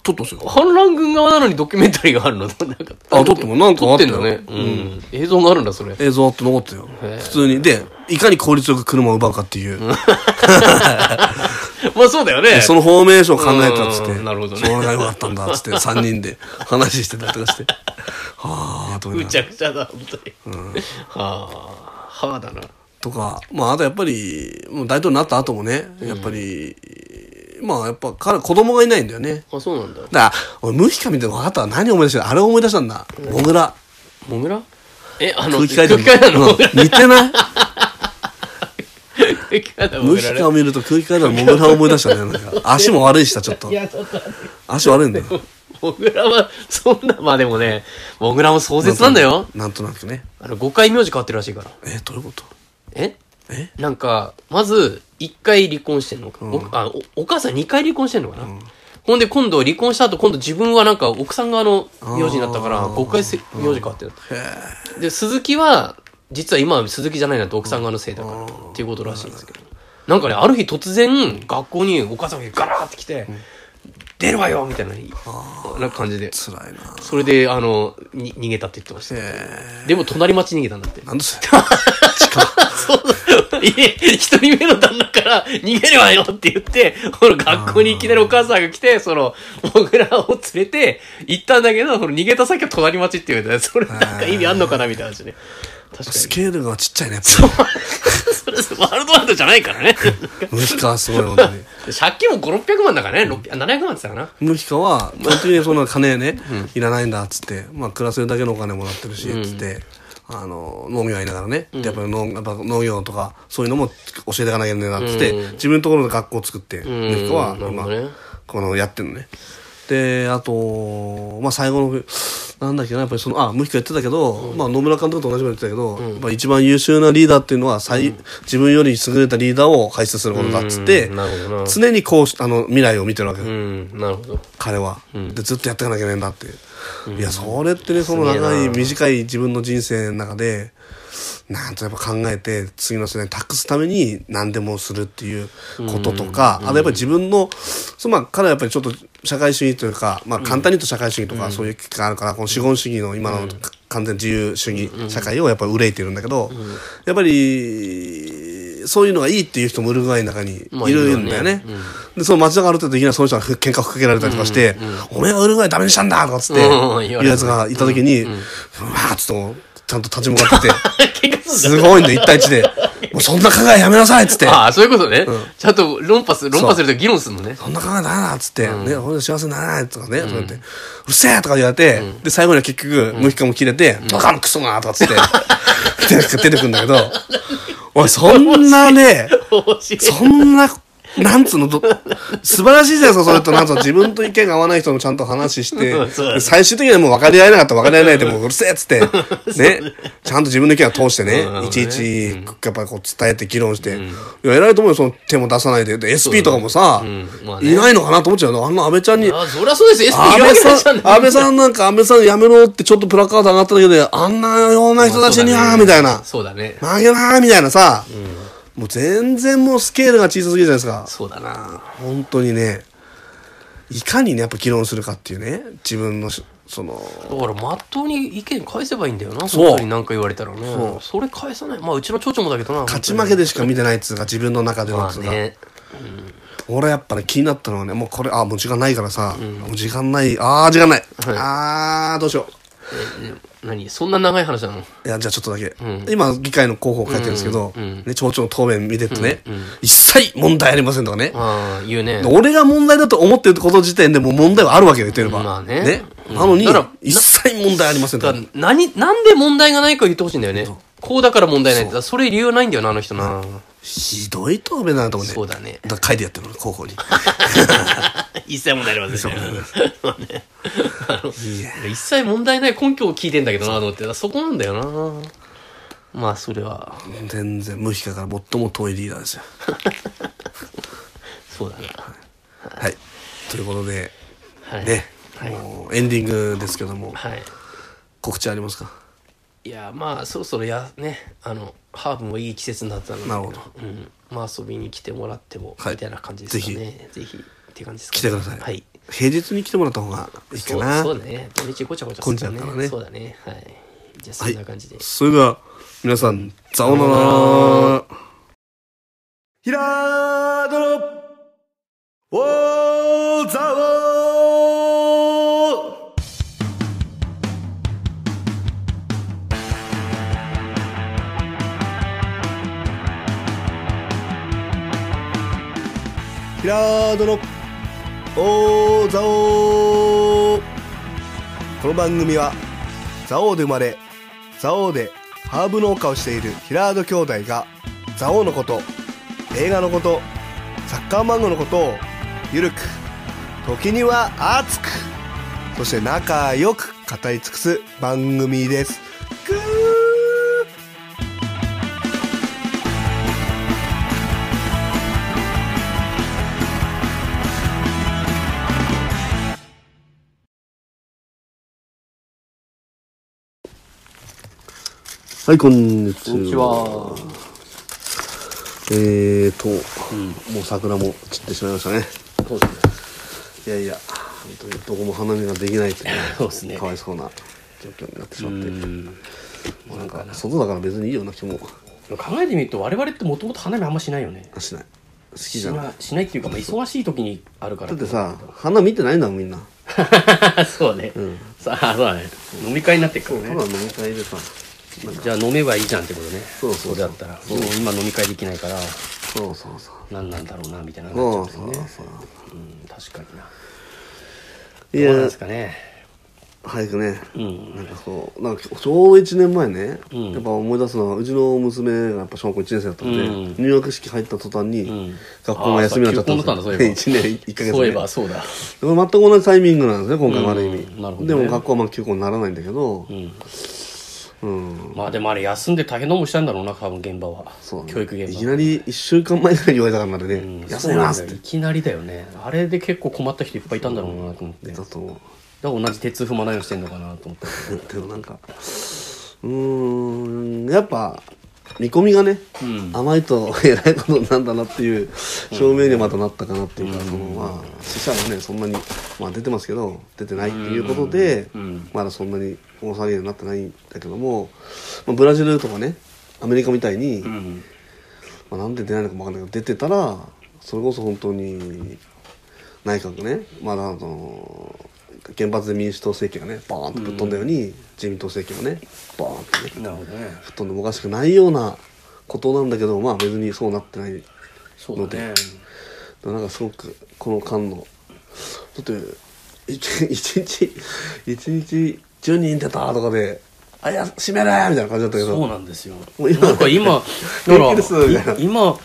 撮ったんですよ。反乱軍側なのにドキュメンタリーがあるのなんかあ撮ってもなんかあっ撮ったてよんだね。うん。映像があるんだ、それ。映像あって残ってたよ。普通に。で、いかに効率よく車を奪うかって いう、まあそうだよね。そのフォーメーションを考えたっつって、うんなるほどねそれが良かったんだっつって、3人で話してたりとかして、はあと思い むながらちゃくちゃだ、本当に。はあ、はあだな。とか、まあ、あとやっぱり、もう大統領になった後もね、やっぱり、まあやっぱ彼、子供がいないんだよね。あ、そうなんだ。だから、俺、ムヒカ見て分かったわ何思い出したあれ思い出したんだ。モグラ。モグラえ、あの、空気階段の。空気階段のモグラうん似てないムヒ空気階段 のモグラねカ見ると空気階段のモグラを思い出したね。なんか、足も悪いしさ、ちょっとい。や、ちょっと待って足悪いん だよ。モグラは、そんな、まあでもね、モグラも壮絶なんだよ。なんとなくね。あの、5回名字変わってるらしいから。え、どういうことええなんか、まず、1回離婚してんのか。おあおお母さん2回離婚してんのかな。ほんで、今度離婚した後、今度自分はなんか奥さん側の名字になったから、あー5回せ名字変わってる。で、鈴木は、実は今は鈴木じゃないなって奥さん側のせいだから、っていうことらしいんですけど。なんかね、ある日突然、学校にお母さんがガラーって来て、出るわよみたいな、なんか感じで。辛いな。それで、あの、に逃げたって言ってました。えでも、隣町に逃げたんだってー、。なんで それ。そうそう。いえ、 一人目の旦那から逃げるわよって言って、この学校にいきなりお母さんが来て、その、モグラを連れて行ったんだけど、この逃げた先は隣町って言うんだよ。それなんか意味あんのかなみたいな話ね。確かスに。ケールがちっちゃいね、やっぱそれ、ワールドワールドじゃないからね。 りムヒカはすごい、本当に。借金も5、600万だからね。600 700万って言ってたかな。ムヒカは、本当にそんな金ね、いらないんだ、っつって、まあ、暮らせるだけのお金もらってるし、つって、あの、農業やりながらね、でやっぱり農やっぱ農業とか、そういうのも教えていかなきゃいけないな、っつって、自分のところの学校を作って、んムヒカは、なるほまどあね、この、やってるのね。で、あと、まあ、最後の、なんだっけな、やっぱりその、あ、ムヒカ言ってたけど、まあ、野村監督と同じこと言ってたけど、やっぱ一番優秀なリーダーっていうのは、最自分より優れたリーダーを輩出することだ、っつってうん、なるほどな常にこうし、あの、未来を見てるわけ。うん、なるほど。彼は、でずっとやっていかなきゃいけないんだって、いやそれってねその長い短い自分の人生の中でなんとやっぱ考えて次の世代に託すために何でもするっていうこととか、あとやっぱり自分のそのまあ彼はやっぱりちょっと社会主義というか、まあ、簡単に言うと社会主義とかそういう危機があるから、この資本主義の今の完全自由主義社会をやっぱり憂いてるんだけど、やっぱりそういうのがいいっていう人もウルグアイの中にいまあいるよるねんだよね。で、その街中歩いてる時にはその人がふ喧嘩を吹っかけられたりとかして、おめえはウルグアイダメにしたんだとかっつって、うんうんいうやつがいた時に、うわーっつってもうちゃんと立ち向かってきて、喧嘩すんだ。すごいんだよ、一対一 で。もうそんな考えやめなさいっつって。ああ、そういうことね。ちゃんと論破す、論破すると議論するの ね。そんな考えないなっつって、ね、俺の幸せにならないとかね、そうやって、うるせえとか言われて、で、最後には結局、ムヒカも切れて、バカのクソがとかっつ って、出てくるん だけど、おい、そんなね、面白い。そんな、なんつうの、ど素晴らしいじゃないですか、それと、なんつうの、自分と意見が合わない人もちゃんと話してうんそうだ、ね最終的にはもう分かり合えなかったら分かり合えないで、もううるせえっつっ て、ね、ちゃんと自分の意見を通してね、いちいち、やっぱりこう伝えて議論して、いや、偉いと思うよ、その手も出さないで。で、SP とかもさ、うんまあねいないのかなと思っちゃうの、あんな安倍ちゃんに、ああ、そりゃそうですよ。安倍 SP 言わなきゃいけないじさゃん、ん安倍さんなんか安倍さんやめろってちょっとプラカード上がっただけで、あんなような人たちにまは、あそうだねみたいな。そうだね。曲げなーみたいなさ、もう全然もうスケールが小さすぎるじゃないですかそうだな。本当にねいかにねやっぱ議論するかっていうね自分のしそのだから、まっとうに意見返せばいいんだよな。そう本当に何か言われたらね。そそうれ返さない。まあ、うちの町長もだけどな。勝ち負けでしか見てないっつうか自分の中でのまっあつうか、ね。俺やっぱね気になったのはねもうこれあもう時間ないからさ、もう時間ないあー時間ない、はいあーどうしよえ何そんな長い話なのういやじゃあちょっとだけ、ん今議会の候補を書いてるんですけど、うんうんね、町長の答弁見てってね、一切問題ありませんとかね、ああ、言うね。俺が問題だと思ってること時点でもう問題はあるわけよ、言ってれば。まあねうんなのにだから、一切問題ありませんとだから何、なんで問題がないか言ってほしいんだよね。こうだから問題ないって。だからそれ理由ないんだよな、あの人な。ひどい答弁だなと思って。そうだねだから書いてやってるの、候 補に。一切問題ありませんね。そうね あの一切問題ない根拠を聞いてんだけどな、と思って。だからそこなんだよな。まあ、それは。全然、無比かから最も遠いリーダーですよ。そうだな。はい。ということで、はい。ね、はいもうエンディングですけども、はい。告知ありますかいや、まあ、そろそろや、ね、あの、ハーブもいい季節になったので、なるほどうん。まあ、遊びに来てもらっても、はいみたいな感じですかね。ぜひ。って感じですか、ね。来てください。はい。平日に来てもらった方がいいかそうな。そうだね。土日ごちゃごちゃする混んじゃうからねそうだね。はい。じゃあ、そんな感じで。それでは、皆さん、ざおならひらーどろおーざおー平戸の王座王この番組は蔵王で生まれ蔵王でハーブ農家をしている平戸兄弟が蔵王のこと映画のことサッカー漫画のことをゆるく時には熱くそして仲良く語り尽くす番組ですくーはい、こんにちは。こんにちは。えーと、もう桜も散ってしまいましたね。そうですね。いやいや、本当にどこも花見ができないという、そうですねかわいそうな状況になってしまって、もうなんなかんか、な外だから別にいいような気も考えてみると我々ってもともと花見あんましないよね。しない。好きしじゃない。なしないっていうか、まあ、忙しい時にあるからだってさ、花見てないんだもん、みんな。 そうね、さあそうだね飲み会になってっかそう、たらだね飲み会でさ、じゃあ飲めばいいじゃんってことねそうそうそうれだったらもう今飲み会できないからそうそうそう。何なんだろうなみたいなそ感うじそうそう。うん確かにないどうなんやです、かね早くね、うんなんかそう、なんかちょうど1年前ね、うんやっぱ思い出すのは、うちの娘がやっぱ小学校1年生だったんで、うん入学式入った途端に、ん学校が休みになっちゃったんですよ。あーそう休校になったんだそういえば一年1ヶ月、ね。そういえばそうだ全く同じタイミングなんですね今回もある意味、うんなるほどでねも学校はまあ休校にならないんだけどうんうん、まあでもあれ休んで大変な思いしたんだろうな多分現場はそうね教育現場いきなり1週間前ぐらいに言われたからね、うん休みますそうなっんだよていきなりだよねあれで結構困った人いっぱいいたんだろうなと思って、だだかと思ら同じ鉄踏まないようにしてんのかなと思ってう でもなんかうーんやっぱ見込みがね、うん甘いとえらいことになんだなっていう証明にまたなったかなっていうか、そのまあ死者がねそんなに、まあ、出てますけど出てないっていうことで、うんうんまだそんなに大騒ぎになってないんだけども、まあ、ブラジルとかねアメリカみたいに、うんまあ、なんで出ないのかもわかんないけど出てたらそれこそ本当に内閣ねまだあの原発で民主党政権がねバーンとぶっ飛んだように、自民党政権がねバーンとねなるほどねぶっ飛んでもおかしくないようなことなんだけどまあ別にそうなってないそうだねなんかすごくこの間のだって一一日一日10人出たとかで「あいや閉めれ!」みたいな感じだったけそうどなんですよもう今なんか今だ 平気ですみたいかならい今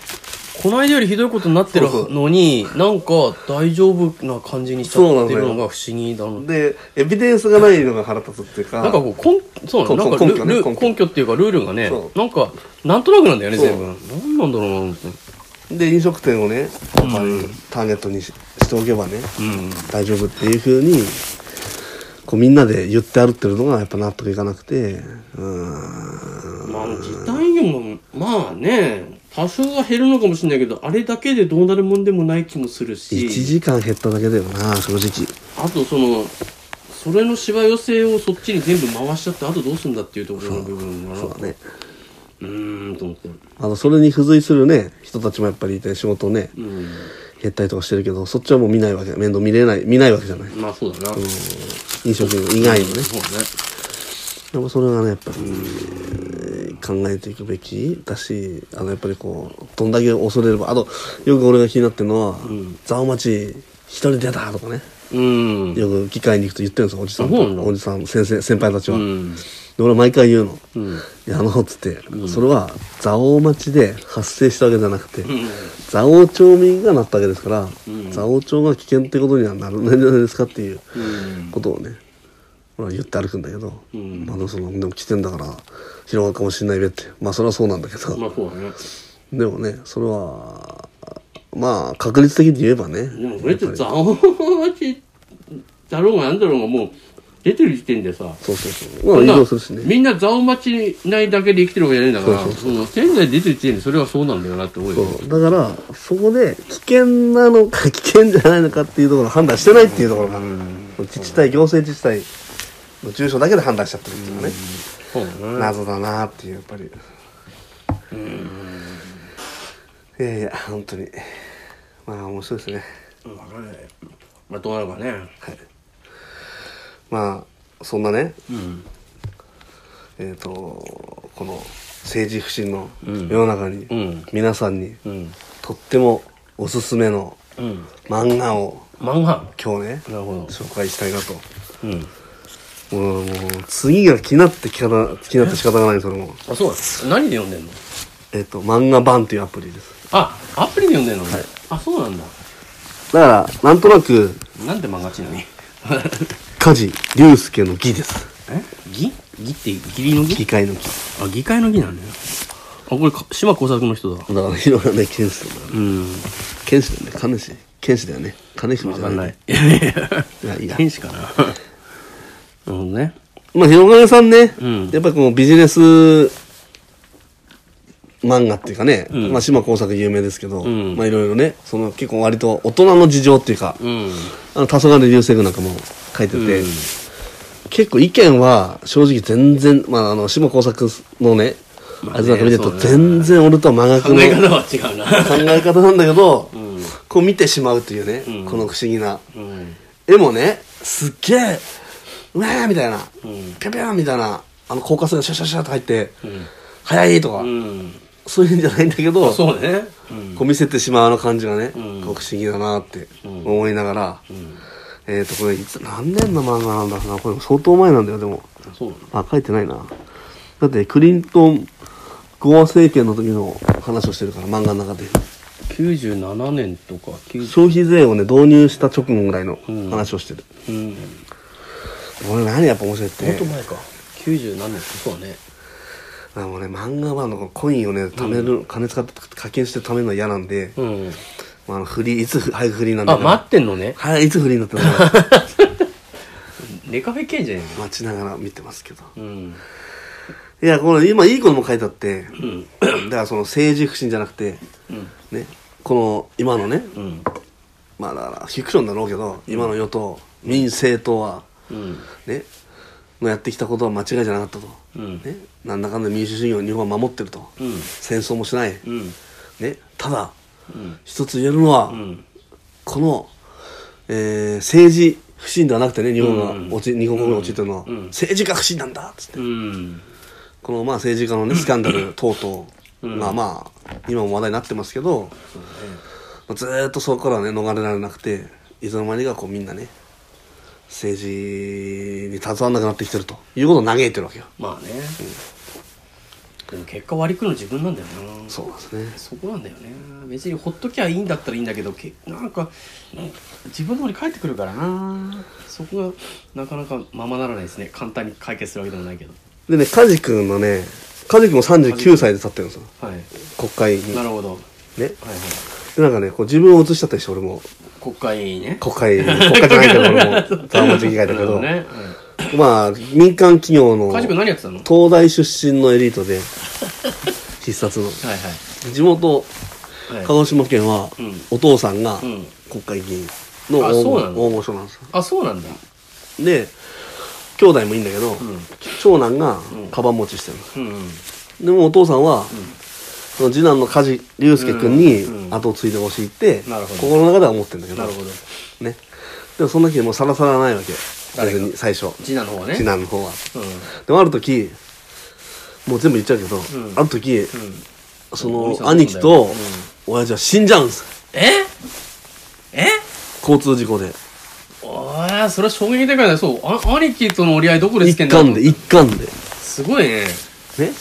この間よりひどいことになってるそうそうのになんか大丈夫な感じにしちゃってるのが不思議だなでエビデンスがないのが腹立つっていうかなんかこう根そうなのなんか根ル拠ねル根拠根拠っていうかルールがねそなんかなんとなくなんだよねそう全部なんなんだろうなと思ってで飲食店をねやっぱりターゲットにししておけばね、うん大丈夫っていうふうにこうみんなで言って歩ってるのがやっぱ納得いかなくてうーんまあ、時短量も、まあね、多少は減るのかもしれないけど、あれだけでどうなるもんでもない気もする1し、時間減っただけだよな正直あとその、それのしわ寄せをそっちに全部回しちゃって、あとどうすんだっていうところの部分がな、そうだねうーん、と思って。あのそれに付随するね人たちもやっぱりいて仕事をねうん。減ったりとかしてるけどそっちはもう見ないわけ面倒見れない見ないわけじゃないまあそうだな。飲食以外のねそうだね。でもそれはねやっぱりえー考えていくべきだしあのやっぱりこうどんだけ恐れればあとよく俺が気になってるのは「蔵王町一人出た」とかねうん。よく議会に行くと言ってるんですよおじさんあそうなのおじさん先生先輩たちは。うん。で俺は毎回言うの「んいやあの」っつって、それは蔵王町で発生したわけじゃなくて、ん蔵王町民がなったわけですから、蔵王町が危険ってことにはなるんじゃないですかっていううん。ことをね俺は言って歩くんだけど、うんまあでもそのでも来てんだから広がるかもしれないべってまあそれはそうなんだけど、まあそうだね。でもねそれはまあ確率的に言えばねでもそれってザオ町だろうがなんだろうがもう、出てる時点でさ、そうそうそうまあ移動するしねみんな蔵王町内だけで生きてるわけじゃないんだから、そそうその仙台出てる時点でそれはそうなんだよなって思うよね。そうだからそこで危険なのか 危険じゃないのかっていうところを判断してないっていうところが自治体行政自治体の住所だけで判断しちゃってるっていうかねそうだね。謎だなっていうやっぱりいやいや本当にまあ面白いですねうんわかんない。まあどうなるかね。はいまあそんなねうん。えっ、とこの政治不信の世の中に、うん皆さんにうん。とってもおすすめのうん。漫画を漫画。今日ねなるほ紹介したいなとど。うもん。うもう次が気になって気な気になって仕方がないそれもあ、そうなんです。何で読んでんのえっと漫画版っていうアプリですあ、アプリで読んでんの、あ、そうなんだ。だからなんとなくなんで漫画ちなに梶龍介の義ですえ義義って義理の議義会の義あ、議会の義なんだよ。あ、これか、島工作の人だ。だから広がね剣士だなうん。剣士だよね金氏剣士だよね金氏わじかゃんなないい。いやいいやいいや天使かな。なるほどね。まあ広がねさんね、うんやっぱりこうビジネス漫画っていうかね、んまあ島耕作有名ですけど、んまあいろいろねその結構割と大人の事情っていうか、うん。あの黄昏流星群なんかも書いてて、うん結構意見は正直全然、まあ、あの島耕作のねまあねあいつなんか見てるとそうね全然俺とは真逆考のえ方は違うな。考え方なんだけど、んこう見てしまうというね、うんこの不思議なうん。絵もねすっげえうわーみたいな、うんぴょんぴょんみたいなあの高架線がシャシャシャって入って、ん速いとか、うん。そういうんじゃないんだけどそうね。うん。こう見せてしまうあの感じがね、うんこう不思議だなってうん思いながら、えっ、ー、とこれいつ何年の漫画なんだろうなこれ相当前なんだよでもそうなのあ書いてないなだってクリントンゴア政権の時の話をしてるから漫画の中で97年とか90消費税をね導入した直後ぐらいの話をしてる、うんこれ何やっぱ面白いってもっと前か90何年そうだねあのね、漫画版のこのコインをね、貯める、金使って課金して貯めるのは嫌なんで、うんまあ、あの、フリー、いつふ早くフリーなんだあ待ってんのねはい、いつフリーになってるのか ネカフェ系じゃね待ちながら見てますけど。えのうんいや、これ今いいことも書いてあ って、んだからその政治不信じゃなくて、うんね、この今のね、うんまあだからフィクションだろうけど、今の与党、民政党は、うんね、のやってきたことは間違いじゃなかったと。うんね、なんだかんだ民主主義を日本は守ってると。うん戦争もしない。うんね、ただ、うん一つ言えるのは、うんこの、えー政治不信ではなくてね日本うんが落ち、日本国が陥ってるのは、うん政治家不信なんだっつって、うんこのまあ政治家のねスキャンダル等々、うんまあまあ今も話題になってますけど、まあずーっとそこからはね逃れられなくていつの間にかこうみんなね政治に携わらなくなってきてるということを嘆いてるわけよまあねでも結果割り食うの自分なんだよなそうなんですねそこなんだよね別にほっときゃいいんだったらいいんだけどけなんかね自分の方に返ってくるからなそこがなかなかままならないですね簡単に解決するわけでもないけどでね梶君のね梶君も39歳で立ってるんですよはい国会になるほどはいねはいでなんかねこう自分を映しちゃったりして俺も国会ね国会、 国会じゃないけど、俺も、ざわまち議会だけど、なるまあ、民間企業のほどね、うん、カジ君何やってたのはい東大出身のエリー トで、必殺の。は地元、い鹿はい児島県はうん、お父さんがうん国会議員のあ大そう御なの大御所なんですよ。あそうなんだで、兄弟もいいんだけど、長男がカバン持ちしてるうんうんの。でもお父さんは、その次男の梶龍介君にうんうん後を継いでほしいって、なるほど心の中では思ってるんだけどなるほどね。でもその時もうさらさらないわけ。誰が別に最初。次男の方はね次男の方は。うんでもある時、もう全部言っちゃうけど、んある時、うんそお兄さのん兄貴うとん親父は死んじゃうんです。ええ交通事故で。おーそれは衝撃的だねそうあ兄貴との折り合いどこでつけ一んだろう貫で、一貫で。すごいねね。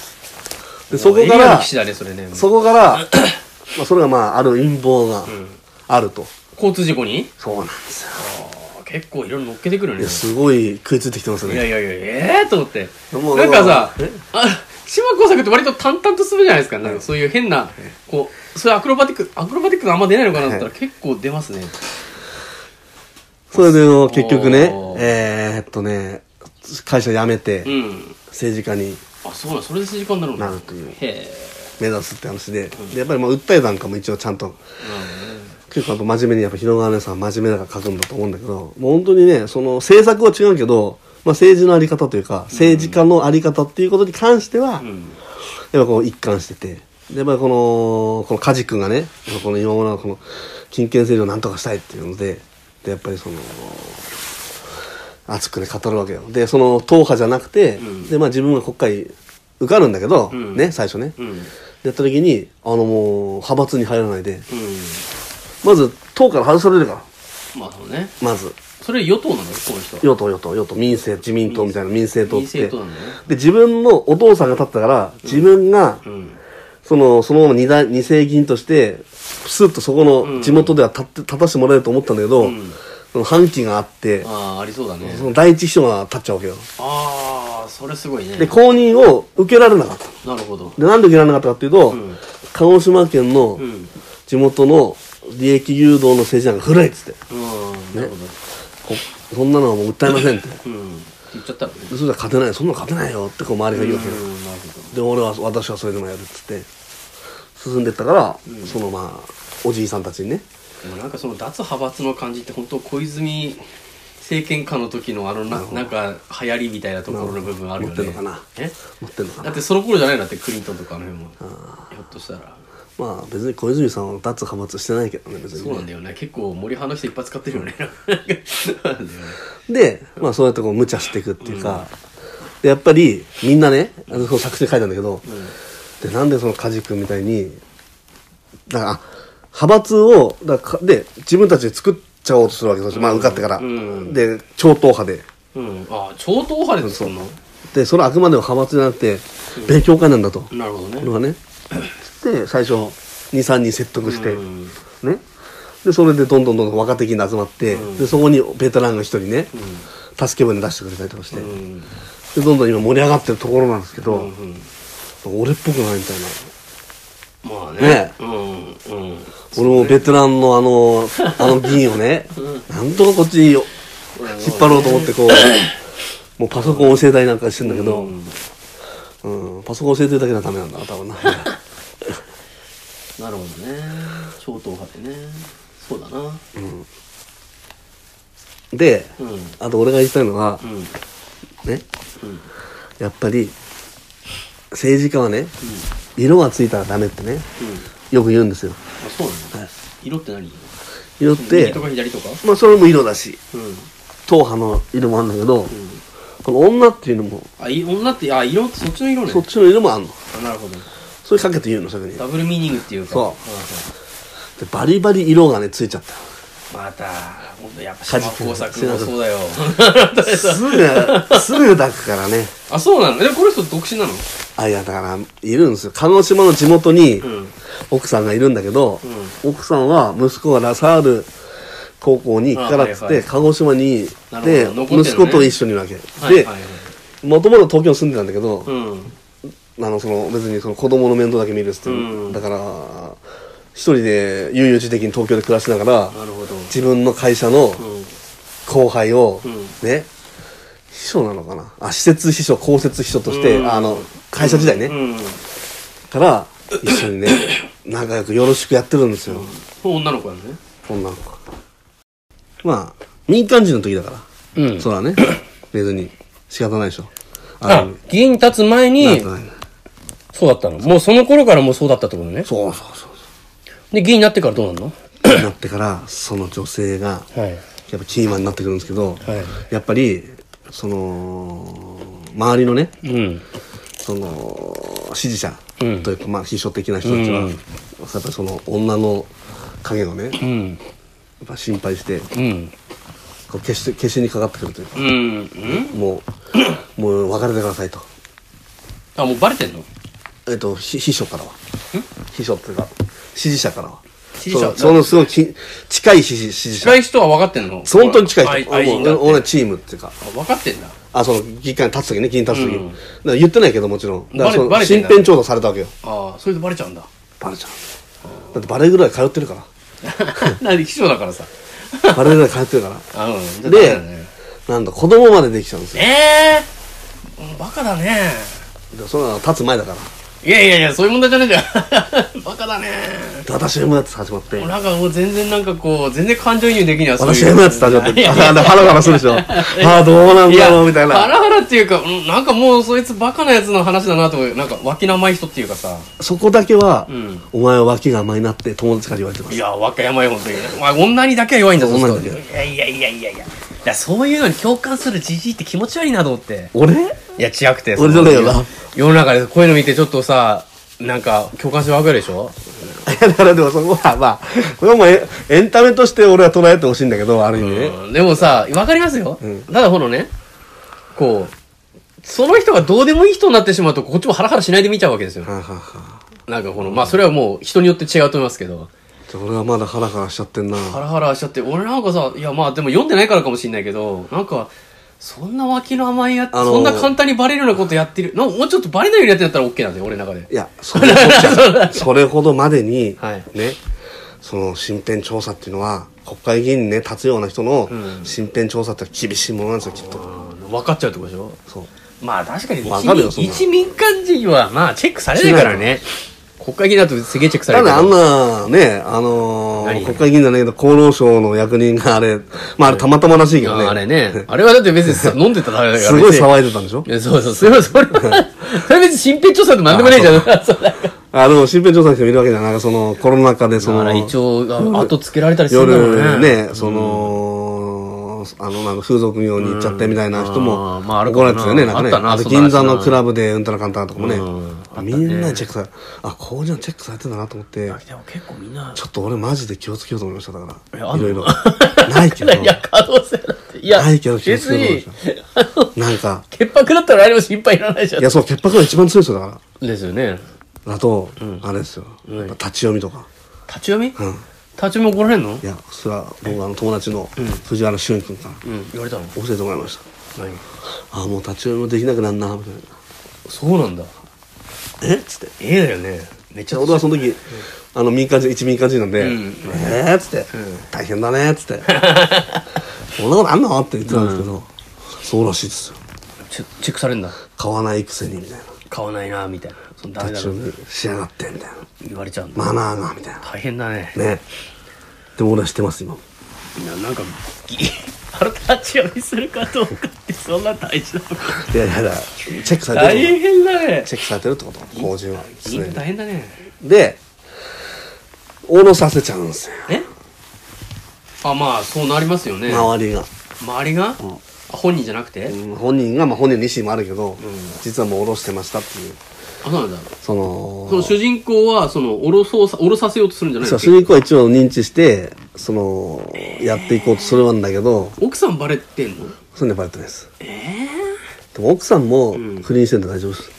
で、そこエリかアのら騎、士だねそれねそこから、まあそれがまあ、ある陰謀があると。交通事故にそうなんですよ。あー結構いろいろ乗っけてくるいねや、すごい食いついてきてますいやね。いやいやええー、と思ってもうなんかさえあ島耕作って割と淡々とするじゃないですかなんかそういう変なこうそういうアクロバティックアクロバティックがあんま出ないのかなと思ったら結構出ますねそれで、結局ねお、ーえーっとね、会社辞めてう、ん政治家にあそうなんそれで政治家になるんだなるというへえ目指すって話で、でやっぱりまあ訴えなんかも一応ちゃんと結構やっぱ真面目にやっぱ広川姉さんは真面目だから書くんだと思うんだけどもう本当にねその政策は違うけど、まあ、政治のあり方というか政治家のあり方っていうことに関しては、なるほどねやっぱこう一貫しててでやっぱりこのこの梶君がねやっぱこの今頃のこの金権制度をなんとかしたいっていうのででやっぱりその熱くね語るわけよでその党派じゃなくて、うんでまあ自分が国会受かるんだけど、うんね最初ね、うんうんやった時にあのもう派閥に入らないでうんまず、党から外されるから。まあそうねまず、それ与党なんだよこういう人は与党、与党、与党、民政、自民党みたいな民政党民って。政党で、なんだよね自分のお父さんが立ったから、自分が、うんその、そのまま二代二世議員として、スッとそこの地元では立って、立たせてもらえると思ったんだけど、んその反旗があって、ああありそうだねその第一秘書が立っちゃうわけよ。ああそれすごいねで、公認を受けられなかった。なるほどで、なんで受けられなかったかっていうと、うん鹿児島県のうん地元の利益誘導の政治なんか古いっつって。うんなるほどこそんなのはもう訴えませんって。でうんって言っちゃったらねそれじゃ勝てない、そんなの勝てないよってこう周りがうん言うわけよ。なるほどで、俺は、私はそれでもやるっつって、進んでったから、そのまあ、おじいさんたちにね、でもなんかその脱派閥の感じって本当小泉政権下の時のあのななんか流行りみたいなところの部分あるよね持ってんのかなえ持ってんのかだっな。てその頃じゃないなってクリントンとかあの辺もひょっとしたらまあ、別に小泉さんは脱派閥してないけどね、別にね。そうなんだよね結構森派の人いっぱい使ってるよねそうなんだよねで、まあそうやってこう無茶していくっていうか、で、やっぱりみんなね、あのその作詞に書いたんだけど、で、なんでその梶君みたいに、だから、あ派閥を、だからかで、自分たちで作っちゃおうとするわけですまあ受かってから。うんで、超党派で。 うんああ超党派で作るので、それはあくまでも派閥じゃなくて、勉強会なんだと。なるほどねのがね。で、最初、2、3人説得して、うんね。で、それでどんどんどんどん若手議員が集まって、で、そこにベテランが一人ね、助け舟出してくれたりとかして、うんでどんどん今盛り上がってるところなんですけど、うんうん俺っぽくないみたいなまあねねうんうん俺もベテランのあ のあの議員をね、なんとかこっちを引っ張ろうと思ってこう、もうパソコン教えたりなんかしてんだけど、うんうんパソコン教えてるだけじゃダメなんだな多分ななるほどね超党派でねそうだなうん で、うんあと俺が言いたいのは、ねうんやっぱり政治家はね、色がついたらダメってねうんよく言うんですよあそうなんだ、はい色って何色って右とか左とかまあそれも色だしうん党派の色もあるんだけど、この女っていうのもあい女ってあ色ってそっちの色ねそっちの色もあんのあなるほどそれかけて言うのそれにでダブルミーニングっていうかそうはいバリバリ色がねついちゃったはいまたほんとやっぱ島工作もそうだよすぐすぐ抱くからね あそうなのえこの人独身なのあいやだからいるんですよ鹿児島の地元にん奥さんがいるんだけど、奥さんは息子がラサール高校に行くからっつあっはいはてい鹿児島になでるほど残ってるね息子と一緒にいるわけはいではいはいもともと東京に住んでたんだけどうんあのその別にその子供の面倒だけ見るっつってうんだから一人で悠々自適に東京で暮らしながらなるほど自分の会社のうん後輩を、うんね秘書なのかなあ施設秘書公設秘書として、うんあの会社時代ね、うんから一緒にね 仲良くよろしくやってるんですよ、そう女の子なんだね女の子がまあ民間人の時だから、うんそら ね別に仕方ないでしょあの議員に立つ前なんにとないそうだったのもうその頃からもうそうだったってことねそうそうそうで議員になってからどうなのそう なってからその女性がはいやっぱキーマンになってくるんですけど、いやっぱりその周りのねうんその支持者とうんいうか、まあ秘書的な人たちは、うんやっぱりその女の影をね、やっうんぱ心配してこうんう消して消しにかかってくるというか、うんうんも うもう別れてくださいと,、あもうバレてんのえっとひ秘書からは秘書っていうか支持者からは支持者そうそのすごいき近い支持支持者近い人は分かってんの本当に近あい人あいいんだ俺っ俺のてチームっていうかあ分かってんだあその議会に立つ時ね議員に立つ時、うんだから言ってないけどもちろんだからそのバレバレて身んだ辺調査されたわけよああそれでバレちゃうんだバレちゃうだってバレるぐらい通ってるから なんで秘書だからさバレるぐらい通ってる からあうんじゃであダメだね、なんだ、子供までできちゃうんですよ。ええー、バカだねでそんなの立つ前だから。いやいやいやそういう問題じゃないじゃん バカだねで私は M だって始まってもう。なんかもう全然なんかこう全然感情移入できない私は M だって始まって。あハでハラハラするでしょ。ああ、どうなんだろうみたいハな。ラハラっていうか、うんなんかもうそいつバカなやつの話だなと思うなんか脇の甘い人っていうかさそこだけはん、お前は脇が甘いなって友達から言われてまいす。や、若山よ、本当に。まあ、女にだけは弱いんだぞ、女にその人だいやいやいやいやいや。いや、そういうのに共感するじじいって気持ち悪いなと思って。俺いや、違くて。俺じゃないよなその世の中でこういうの見てちょっとさ、なんか、共感してわかるでしょいやだからでもそこはまあこれはもうエエンタメとして俺は捉えてほしいんだけどある意味ね、うんでもさわかりますよ、ただこのねこうその人がどうでもいい人になってしまうとこっちもハラハラしないで見ちゃうわけですよ、はあはあはあなんかこのまあそれはもう人によって違うと思いますけどじゃあ俺はまだハラハラしちゃってんなハラハラしちゃって俺なんかさいやまあでも読んでないからかもしれないけどなんかそんな脇の甘いやつ、あのーそんな簡単にバレるようなことやってるなんかもうちょっとバレないようにやってんだったら OK なんだよ俺の中でいやそれほどじ ゃそれほどまでに、はいねその身辺調査っていうのは国会議員にね立つような人のうん身辺調査って厳しいものなんですよきっとうん分かっちゃうってことでしょそうまあ確かにわかるよ一そんな民一民間人はまあチェックされないからね国会議員だとすげえチェックされたるかだらあんなねあのー何国会議員なんだけど厚労省の役人があ れまああれたまたまらしいいけどやねあれねあれはだって別に さ飲んでただけだすからごい別に騒いでたんでしょいやそうそうそれはそれはそれは別に身辺調査でもなんでもねえじゃん そうだからあの、身辺調査の人もいるわけじゃんない。なんかその、コロナ禍でそだかのら、一応あ後つけられたりするんだろ夜うねね、その、あの、なんか風俗業に行っちゃってみたいな人あーもまああるか怒もらなれてたよね。なんかね。あったなあとそんな話銀座のクラブでうんたらかんたらとかもねうんあっ。たねみんなにチェックされ、あ、こういうのチェックされてたなと思って、でも結構みんなちょっと俺マジで気をつけようと思いました。だかえあら、んのいろいろ。ないけど、いや可能性だっていやないけど気をつ別けるにことあのなんか、 潔白だったらあれも心配いらないじゃいや、そう、潔白が一番強いですよ、だかんですよねら。だと、あれですよ。んやっぱ立ち読みとか。立ち読みうん立ち読み怒られんのいや、それは僕あの友達の藤原俊君からうん言われたの教えてもらいました。何ああもう立ち読みもできなくなんなみたいなそうなんだえっつってええだよねめっちじゃゃあ俺はその時、あの民間人一民間人なんで「うんえーっつって、大変だね」っつ って「そんなことあんの?」って言ってたんですけど、そうらしいですよチェチェックされんだ買わないくせにみたい買わないなみたいなそのダなメ立だちろ読みしやがってみたいな言われちゃうんだマナーがみたいな大変だねねでも俺は知ってます今もいやなんかぎあれ立ち読みするかどうかってそんな大事なのかいやいやだからチェックされ大てるってこ変 だねとチェックされてるってこと法人はみ常んなに大変だねで降ろさせちゃうんですよえあまあそうなりますよね周りが周りが、ん本人じゃなくて、うん本人が、まあ、本人の意思もあるけど、実はもう下ろしてましたっていうあそうなんだそのその主人公はその降ろそうさ降ろさせようとするんじゃないそうの主人公は一応認知してその、やっていこうとするんだけど奥さんバレてんのそれでバレてないですええでも奥さんも不倫してんで大丈夫です、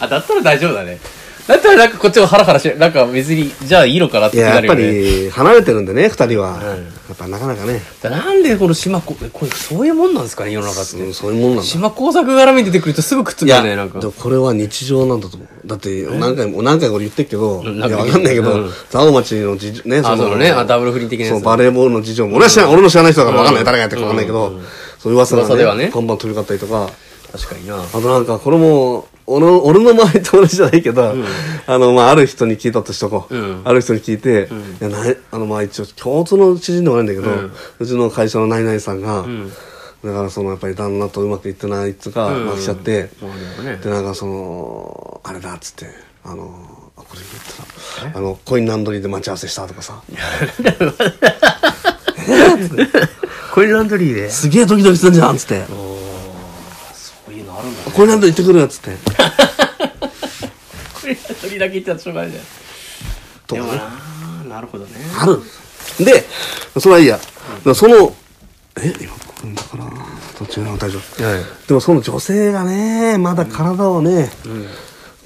あだったら大丈夫だねだったらなんかこっちもハラハラしてなんか別にじゃあいいのかなっていやなやっるぱよねり離れてるんでね二人は、うんやっぱなかなかね、だからなんでこの島ここれそういうもんなんですかね世の中っうん、てそういうもんなんだ島工作絡みに出てくるとすぐくっつくいよや、ねなんかでもこれは日常なんだと思う。だって、何回も、何回も俺言ってるけど、いや、なんかわかんないけうどん、蔵王町の事情、ね、そうだねあダブル不倫的なやつそう、バレーボールの事情も、俺は知らない、俺の知らない人だからわかんなうい、ん誰がやってるかわかんないけど、そういう噂噂ではがねね、バンバン飛び交ったりとか、確かになあとなんか、これも、俺の、俺の周りと同じじゃないけど、あの、まあ、ある人に聞いたとしとこううん。ある人に聞いて、いや、ない、あの、まあ、一応、共通の知人でもないんだけどん、うちの会社のナイナイさんがん、だからその、やっぱり旦那とうまくいってないっつうか、うんまあ、来ちゃって、まあでもねでなんかそのあれだっつってあのあこれ言ったらあのコインランドリーで待ち合わせしたとかさコインランドリーですげえドキドキするじゃんっつってそういうのあるんだねコインランドリー行ってくるよっつってコインランドリーだけ言ったらしょうがないじゃんとでかもねななるほどねあるんですよでそれはいいや、そのえ今こんだから途中なの大丈夫、はいでもその女性がねまだ体をね、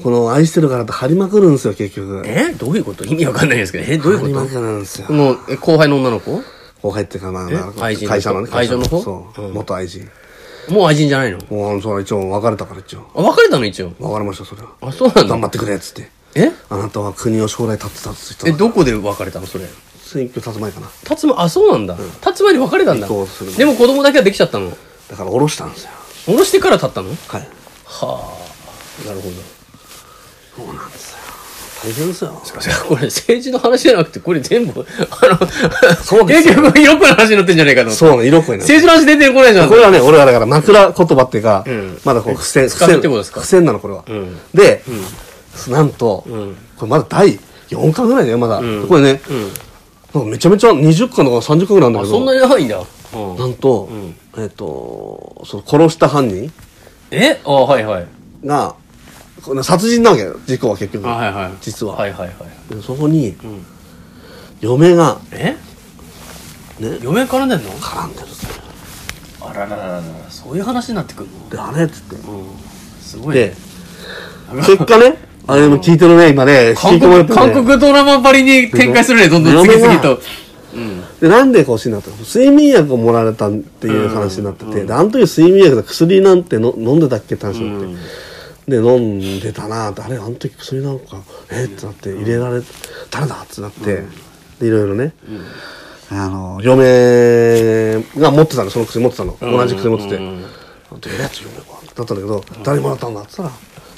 この愛してるからって張りまくるんですよ結局えどういうこと意味わかんないですけどえどういう張りまこくるんですよとこのえ後輩の女の子後輩っていうかまあ会愛人の方社のね愛情の方そう、元愛人もう愛人じゃないのもうそれは一応別れたから一応あ別れたの一応別れましたそれはあそうなん頑だ張ってくれっつってえあなたは国を将来立ってたっつってえたどこで別れたのそれ選挙立つ前かな辰馬あそうなんだ辰馬に別れたんだそうするでも子供だけはできちゃったのだから下ろしたんですよ下ろしてから立ったのはいはあなるほどそうなんですよ大変ですよじゃ あこれ政治の話じゃなくてこれ全部あのそうです結よ局色っぽい話になってんじゃないかと思ってそうね色濃いね政治の話出てこないじゃ んこれはね俺はだから枕言葉っていうか、うんまだこう付箋使うってことですか付箋なのこれは、んで、なんと、んこれまだ第4巻ぐらいだよまだ、んこれね、うんなんかめちゃめちゃ20巻とか30巻ぐらいあるんだあけどそんなに長いんだなんと、んえっ、とその殺した犯人えあはいはいがこんな殺人なわけよ事故は結局あはいはい実は、はいはいはいでそこにん嫁がえね嫁絡んでんの絡んでるんですよあらららららそういう話になってくるであれっつってのうんすごいねで結果ねあれも聞いてるね今ね聞韓いてもら国って韓ね国ドラマばりに展開するねどんどん次々とうんでなんでこうしなったの睡眠薬をもらわれたっていう話になってて、うんであの時睡眠薬だ薬なんての飲んでたっけって話になって、うんで飲んでたなってあれあの時薬なんかえってなって入れられ誰だってなって、でいろいろね、あの嫁が持ってたのその薬持ってたの、同じ薬持ってて、うんでえっつ嫁がなったんだけど、誰もらったんだって言っ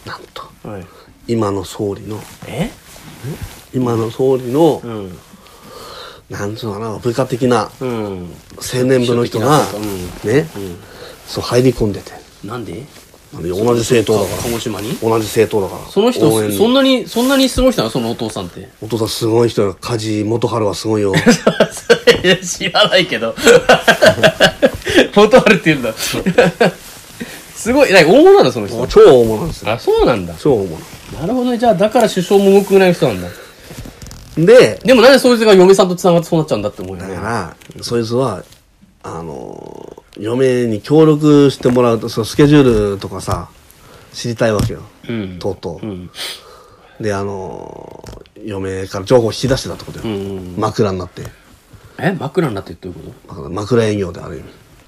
たらなんとはい今の総理のえ今の総理の、うんなんつうのかな部下的なうん青年部の人が人的な人、ね、そう入り込んでてなんでなんで同じ政党だか鹿ら児島に同じ政党だからその人応援そんなにそんなにすごい人なのそのお父さんってお父さんすごい人よ梶元春はすごい よ知らないけ ど元あるって言 うんだすごいなんか大物なんだその人超大物なんですよあそうなんだ超大物なるほどねじゃあだから首相も動くぐらいの人なんだででもなんでそいつが嫁さんと繋がってそうなっちゃうんだって思うよだねからそいつはあの嫁に協力してもらうとそのスケジュールとかさ知りたいわけよ、うんとうとう、んであの嫁から情報を引き出してたってことよ、ん枕になってえ枕になってるってどういうこと枕枕営業である意味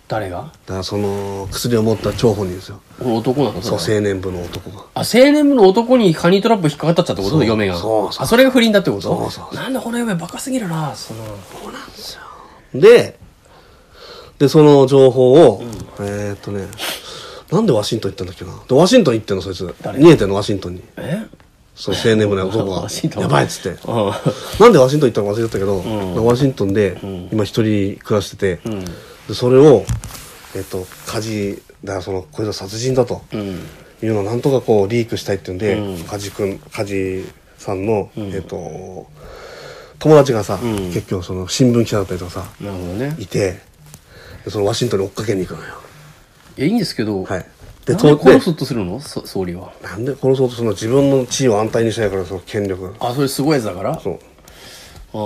誰がだからその薬を持った張本人ですよこれ男なのそうそれ青年部の男があ、青年部の男にカニトラップ引っかかったっちゃってことそう嫁が。そうそうあ、それが不倫だってことそうそうそなんだこの嫁バカすぎるな、その。ででその情報を、えーっとねなんでワシントン行ったんだっけなでワシントン行ってんのそいつ誰逃げてんのワシントンにえそう青年部の男が ワシントンやばいっつってうなんでワシントン行ったのか忘れちゃったけど、んワシントンでん今一人暮らしてて、ん。うん。でそれをえっと火事だからそのこれが殺人だとうん。いうのをなんとかこうリークしたいっていうんで、うんカジ君カジさんの、えっと友達がさ、ん結局その新聞記者だったりとかさなるほどね。いてでそのワシントンに追っかけに行くのよいや、いいんですけど、はいでで、なんでとで殺そうとするのそ総理は。なんで殺そうとその自分の地位を安泰にしないからその権力あ、それすごいやつだからそうあ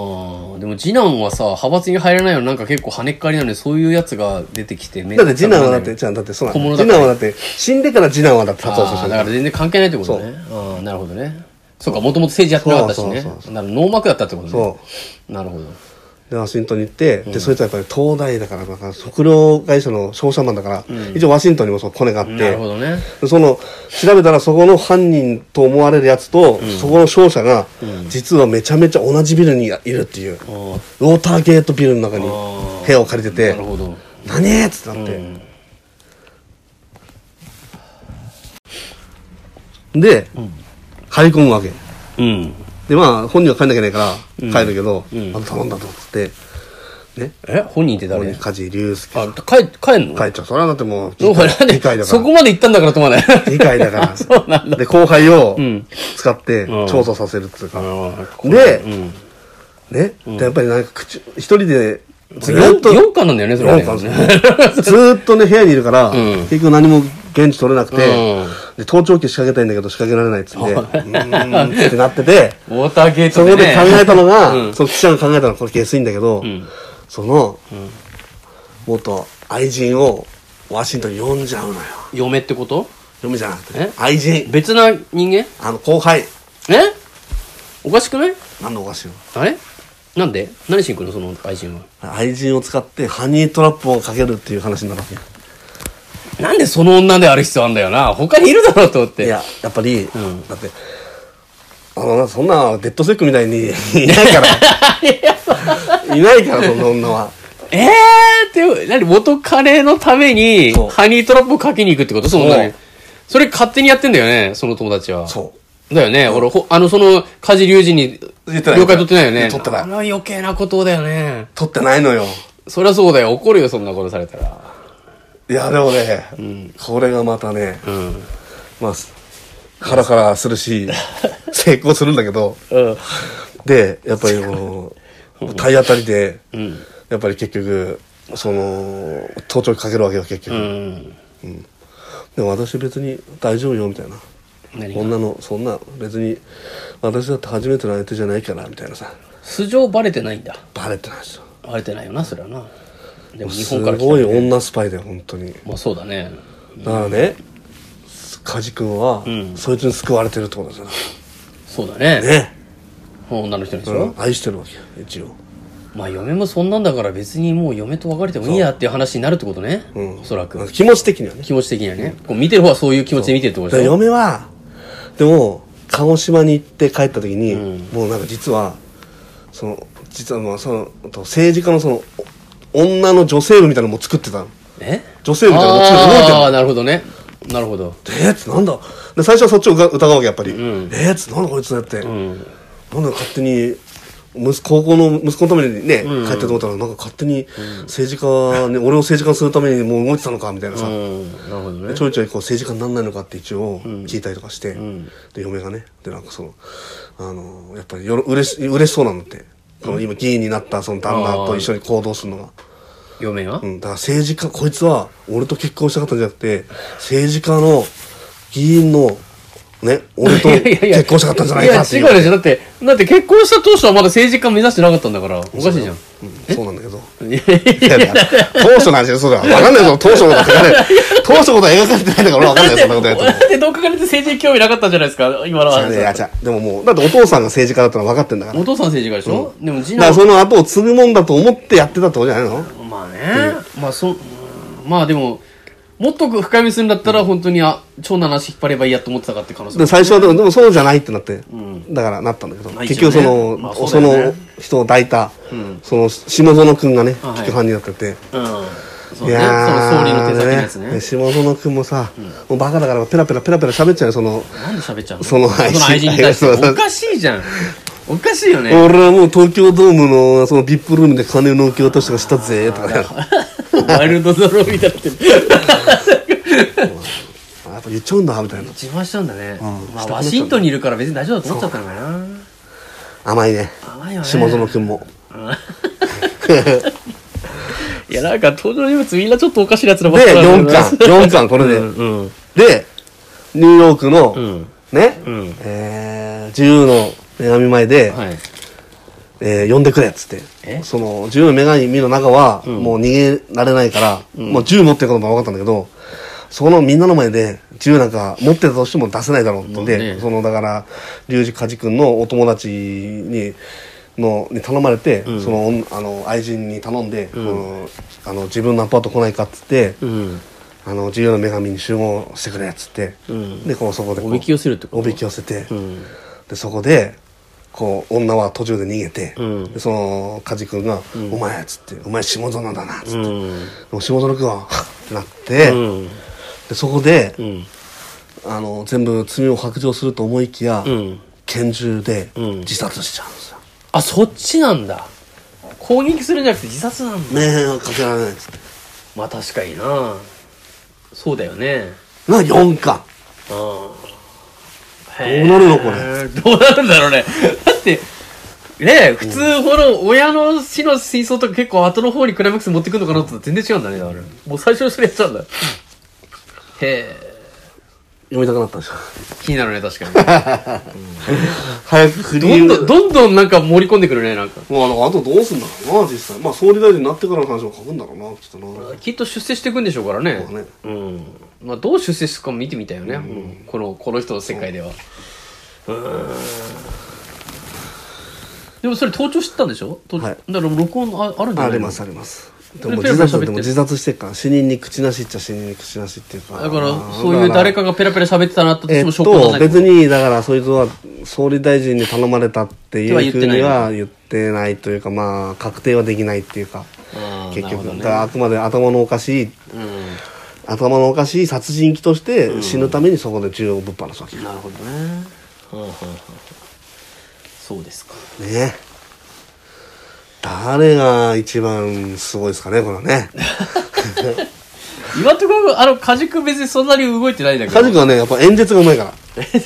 ーでも次男はさ、派閥に入らないのになんか結構跳ねっかりなのに、そういうやつが出てきて、めだって次男はだってじゃあだってそうな小の物だ次か男らはだって死んでから次男はだってあ殺そうとしーてだからる全然関係ないってことね。あーなるほどね。そうか、もともと政治やってなかったしね。そうそうそうなるほど、脳膜だったってことね。そなるほど。でワシントンに行って、でそいつはやっぱり東大だからだから測量会社の商社マンだから、一応ワシントンにもそうコネがあってなるほどね。その調べたらそこの犯人と思われるやつと、そこの商社が、実はめちゃめちゃ同じビルにいるっていう、あウーォーターゲートビルの中にあー部屋を借りててなるほど。 「何?」っつってなっうて、んで、借り込むわけうん。でまあ本人は帰んなきゃいけないから帰るけど、うんあ頼んだと思ってねえ本人ってここ誰に梶龍介あ、帰、帰んの帰っちゃうそれはだってもうそう議か会なんで議会だかそこらまで行ったんだから止まない。議会だから そうなんだ。で後輩をん使ってうん調査させるっていうか、でうん。ね、でやっぱりなんか口一人でずっと4巻なんだよね、それはね。四巻で ずーっとね、部屋にいるから、ん結局何も現地取れなくて、うんで、盗聴器仕掛けたいんだけど仕掛けられないっつって、う ーんってなってて、ウォーターゲーそトこでで考ね。えたのが、うんその記者が考えたのはこれ下水んだけど、んその、元愛人をワシントンに呼んじゃうのよ。嫁ってこと嫁じゃなくて、え愛人、別な人間あの後輩、えおかしくないなんのおかしいのあれなんで何しに来るのその愛人は。愛人を使ってハニートラップをかけるっていう話になるわけ。なんでその女である必要あんだよな。他にいるだろうと思って。いや、やっぱり、んだって、あの、そんなデッドセックみたいに いない から。いないから、そんな女は。ええー、っていう、なに、元カレのために、そうハニートラップをかけに行くってことそのそう何それ勝手にやってんだよね、その友達は。そう。だよね、俺、ほあの、その、梶隆二に、言って了解ない取ってないよね。取ってないあれは余計なことだよね。撮ってないのよ。そりゃそうだよ、怒るよ、そんなことされたら。いや、でもね、これがまたね、うん。まあ、ハラハラするし、成功するんだけど、うん。で、やっぱりも う、体当たりで、んやっぱり結局、その、盗聴器かけるわけよ、結局。うん。でも私別に大丈夫よ、みたいな。何が女のそんな別に私だって初めての相手じゃないからみたいなさ素性バレてないんだバレてないですよバレてないよなそれはなでも日す本から来たごいよね女スパイだよ本当にまあそうだねだからね梶君は、んそいつに救われてるってことですよそうだねね女の人でしうょん、愛してるわけよ一応まあ嫁もそんなんだから別にもう嫁と別れてもいいやっていう話になるってことね、うんおそらく気持ち的にはね気持ち的にはね、こう見てる方はそういう気持ちで見てるってこだかとらでしょ嫁はでも鹿児島に行って帰った時に、うもうなんか実はその実はまあそのと政治家のそのお女の女性部みたいなのも作ってたのえ女性みたいなのも作ってたのああーなるほどねなるほどえーっつってなんだで最初はそっちを疑疑うわけやっぱり、んえーっつってなんだこいつだって、うんなんだ勝手に息子高校の息子のためにね、帰ったと思ったらなんか勝手に政治家に、俺を政治家にするためにもう動いてたのかみたいなうさ、んなるほどねちょいちょいこう政治家になんないのかって一応聞いたりとかして、んで嫁がねでなんかそのあのやっぱりよろ嬉し嬉しそうなんだって、その今議員になったその旦那と一緒に行動するのが、嫁は、うん、だから政治家こいつは俺と結婚したかったんじゃなくて政治家の議員のね俺といやいやいや結婚したかったんじゃないかっていういや違うでしょだってだって結婚した当初はまだ政治家目指してなかったんだからおかしいじゃんうんそうなんだけど。いやいやいやいや当初の話よ、そうだ。わかんないぞ、当初のこと書かれ当初のことは描かれてないんだから、俺わかんないよ、そんなことやっても。だってどっかからて政治に興味なかったんじゃないですか今のいやいや、話じゃあでももう、だってお父さんが政治家だったの分かってんだから。おだか父さん政治家でしょ、でも次ら男その後を継ぐもんだと思ってやってたってことじゃないのまあね、まあそうんまあでももっと深みするんだったら本当にあ長男の足引っ張ればいいやと思ってたかって可能性もで最初はでも、でもそうじゃないってなってん、だからなったんだけど、まあ結局そ一応ねまあの、そそうだよのね人を抱いたん、その、下園くんがね、あはい結局犯人だったって。うんそいうねそやの総理のー手先のやつでねね下園くんもさ、もうバカだからペラペラペラペラ喋っちゃうよ、その、なんで喋っちゃうのその愛人そ愛人に対し てそうそうおかしいじゃんおかしいよね俺はもう東京ドームのその VIP ルームで金の受け渡しとかしたぜとかねワイルドドローみたいになってるあやっぱ言っちゃうんだみたいな自慢しちゃうんだね、うんまあ、ワシントンにいるから別に大丈夫だと思っちゃったのかな甘いね甘いよね下園君 もいやなんか登場人物みんなちょっとおかしいやつらばっかでりな4んだよ巻4巻これで、なうんうんでニューヨークの、んね、んえー自由の女神前で、はいえー呼んでくれっつっえてその自由の女神の中は、もう逃げられないから、もう銃持ってることも分かったんだけどそのみんなの前で銃なんか持ってたとしても出せないだろうって、もうねでそのだから龍二梶君のお友達にのに頼まれて、その女あの愛人に頼んで、このあの自分のアパート来ないかっつって、うんあの自由の女神に集合してくれっつって、んでこうそこでこうおびき寄せるってことおびき寄せて、んでそこでこう女は途中で逃げて、うんでその梶君が「お前」っつって「お前下園だな」っつって、うでんも下園君は「 はっ」ってなって、うんでそこで、んあの全部罪を白状すると思いきや、うん拳銃でうん自殺しちゃうんですよ。あそっちなんだ攻撃するんじゃなくて自殺なんだねえかけられないっつって。まあ確かになそうだよねな4巻うんどうなるのこれどうなるんだろうねだってねえ普通この親の死の真相とか結構後の方にクライマックス持ってくるのかなと思ったら全然違うんだねだからもう最初にそれやっちゃうんだへえ読みたくなったで しょ。気になるね確か早く フリにどーんどんどんどんなんか盛り込んでくるねなんかまあ、あとどうすんだろうな、実際。まあ、総理大臣になってからの話も書くんだろうな、きっとな。きっと出世していくんでしょうからねそうねうんまあ、どう出世するかも見てみたいよね、うんこのこの人の世界ではうんでもそれ盗聴してたんでしょ、盗聴はいだから録音ああるんじゃないあのります、あります。でもペラ自ペラ殺喋ってでも自殺してっから死人に口なしっちゃ死人に口なしっていうかだからそういう誰かがペラペラ喋ってたなとえ私っもショックとだね別にだからそいつは総理大臣に頼まれたっていうふうには言ってないというかまあ確定はできないっていうかあー結局なるほどねだからあくまで頭のおかしいうん頭のおかしい殺人鬼として死ぬためにそこで銃をぶっ放すわけなるほどねうんうんうんうんそうで すかね誰が一番すごいですかねこれは ね今のところあの梶君別にそんなに動いてないんだけどカジ君はねやっぱ演説がうま いから演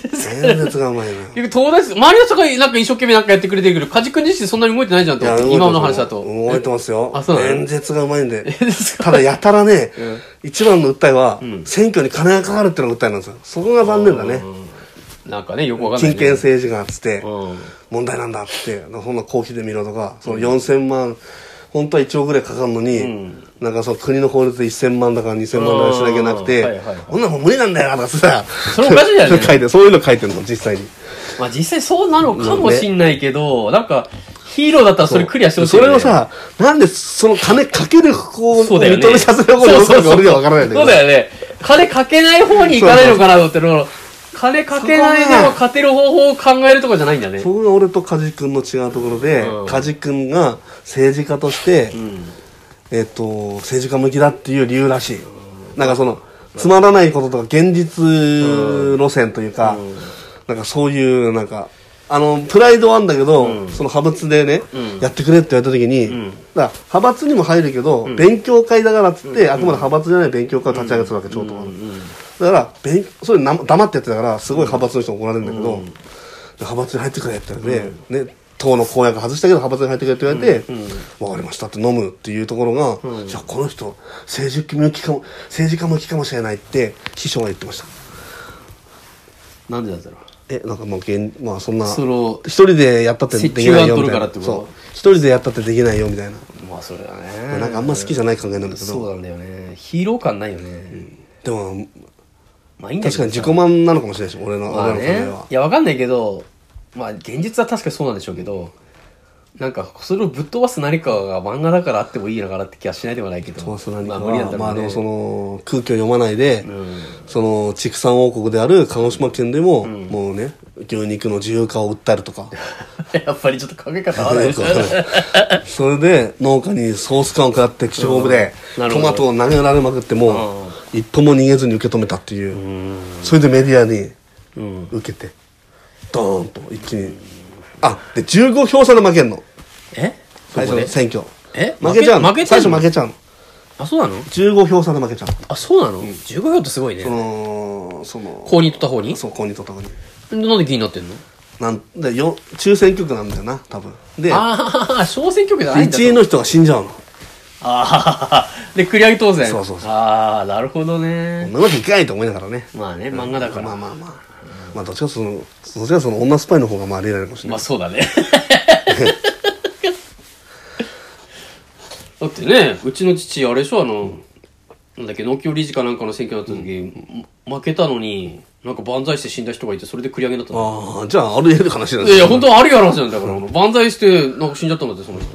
説がうまいな結局東大生周りの人がなんか一生懸命なんかやってくれてるけど梶君自身そんなに動いてないじゃんと思って今の話だと動いてますよ。あそうなの演説がうまいんで。ですかただやたらね、 うん一番の訴えは、選挙に金がかかるっていうのが訴えなんですよ。そこが残念だね。なんかね、よくわかんない金けど。権政治があっつって、うん。問題なんだっつって、そんな公費で見ろとか、その4000万、本当は1億ぐらいかかるのに、うんなんかその国の法律で1000万だから2000万だからしなきゃなくて、あーはいはいはいこんなもん無理なんだよとかさ、それおかしいじゃん 書いて、そういうの書いてるの、実際に。まあ実際そうなのかもしんないけど、なんか、ヒーローだったらそれクリアしてほしい、それを、さ、なんでその金かける方をそう認だよね。めさせる方に僕はそれでは分からないんだけど。そうだよね。金かけない方に行かないのかなと思っての、金かけないでも勝てる方法を考えるとかじゃないんだね。そこが俺と梶君の違うところで、うん梶君が政治家として、んえっと、政治家向きだっていう理由らしい。なんかその、つまらないこととか現実路線というか、なんかそういう、なんか、あの、プライドはあるんだけど、その派閥でね、やってくれって言われた時に、だから派閥にも入るけど、勉強会だからっつって、あくまで派閥じゃない勉強会を立ち上げてるわけ、超党はだから、勉それな黙ってやってたから、すごい派閥の人に怒られるんだけど、派閥に入ってくれって言われて、ね、党の公約外したけど派閥に入ってくれって言われて、わかりましたって飲むっていうところが、じゃあこの人、政治向きかも、政治家向きかもしれないって、師匠が言ってました。なんでなんだろう。え、なんかもう現、まあそんな、その一人でやったってできないよみ石油は取たるいからな。ってことそう。一人でやったってできないよみたいな。まあそれだね。なんかあんま好きじゃない考えなんだけそうど、なんだよね。ヒーロー感ないよね。でも、まあいいんだけ確かどに自己満なのかもしれないし、俺の、まあ俺の考えねは。。いや、わかんないけど、まあ現実は確かにそうなんでしょうけど、なんか、それをぶっ飛ばす何かが漫画だからあってもいいのかなって気はしないではないけど。トマス何まかあ無理だっはたまらあでね。もその空気を読まないで、んその畜産王国である鹿児島県でも、もうね牛肉の自由化を訴えるとか やっぱりちょっと考え方合わないですね。 それで農家にソース缶を買って基調部で、うんなるトほどマトを投げられまくっても、一歩も逃げずに受け止めたっていう、それでメディアに うん。受けてドーンと一気に、あで15票差で負けんのえ最初の選挙え負けちゃうの負けてん最の初負けちゃうのあ、そうなの15票差で負けちゃうのあ、そうなの ?15 票ってすごいねそ。のその公認取った方にそう、公認とともに。なんで気になってんのなんで、よ、抽選局なんだよな、多分。で、ああ、小選挙区じゃないんだと。 1位の人が死んじゃうの。ああ、で、繰り上げ当選。そうそうそうああ、なるほどこねん。なわけいかないと思いながらね。まあね、漫画だから。まあまあまあ。まあ、どっちかというとその、どっちかというとその女スパイの方がまあありえないかもしれまなあい。そうだね。だってね、うちの父、あれでしょ、あの、なんだっけ、農協理事かなんかの選挙だった時、ま負けたのに、なんか万歳して死んだ人がいて、それで繰り上げになった の。ああ、じゃあ、ありえる話なんいですやいや、よ。本当はある話なんだから、あの万歳して、なんか死んじゃったんだって、その人。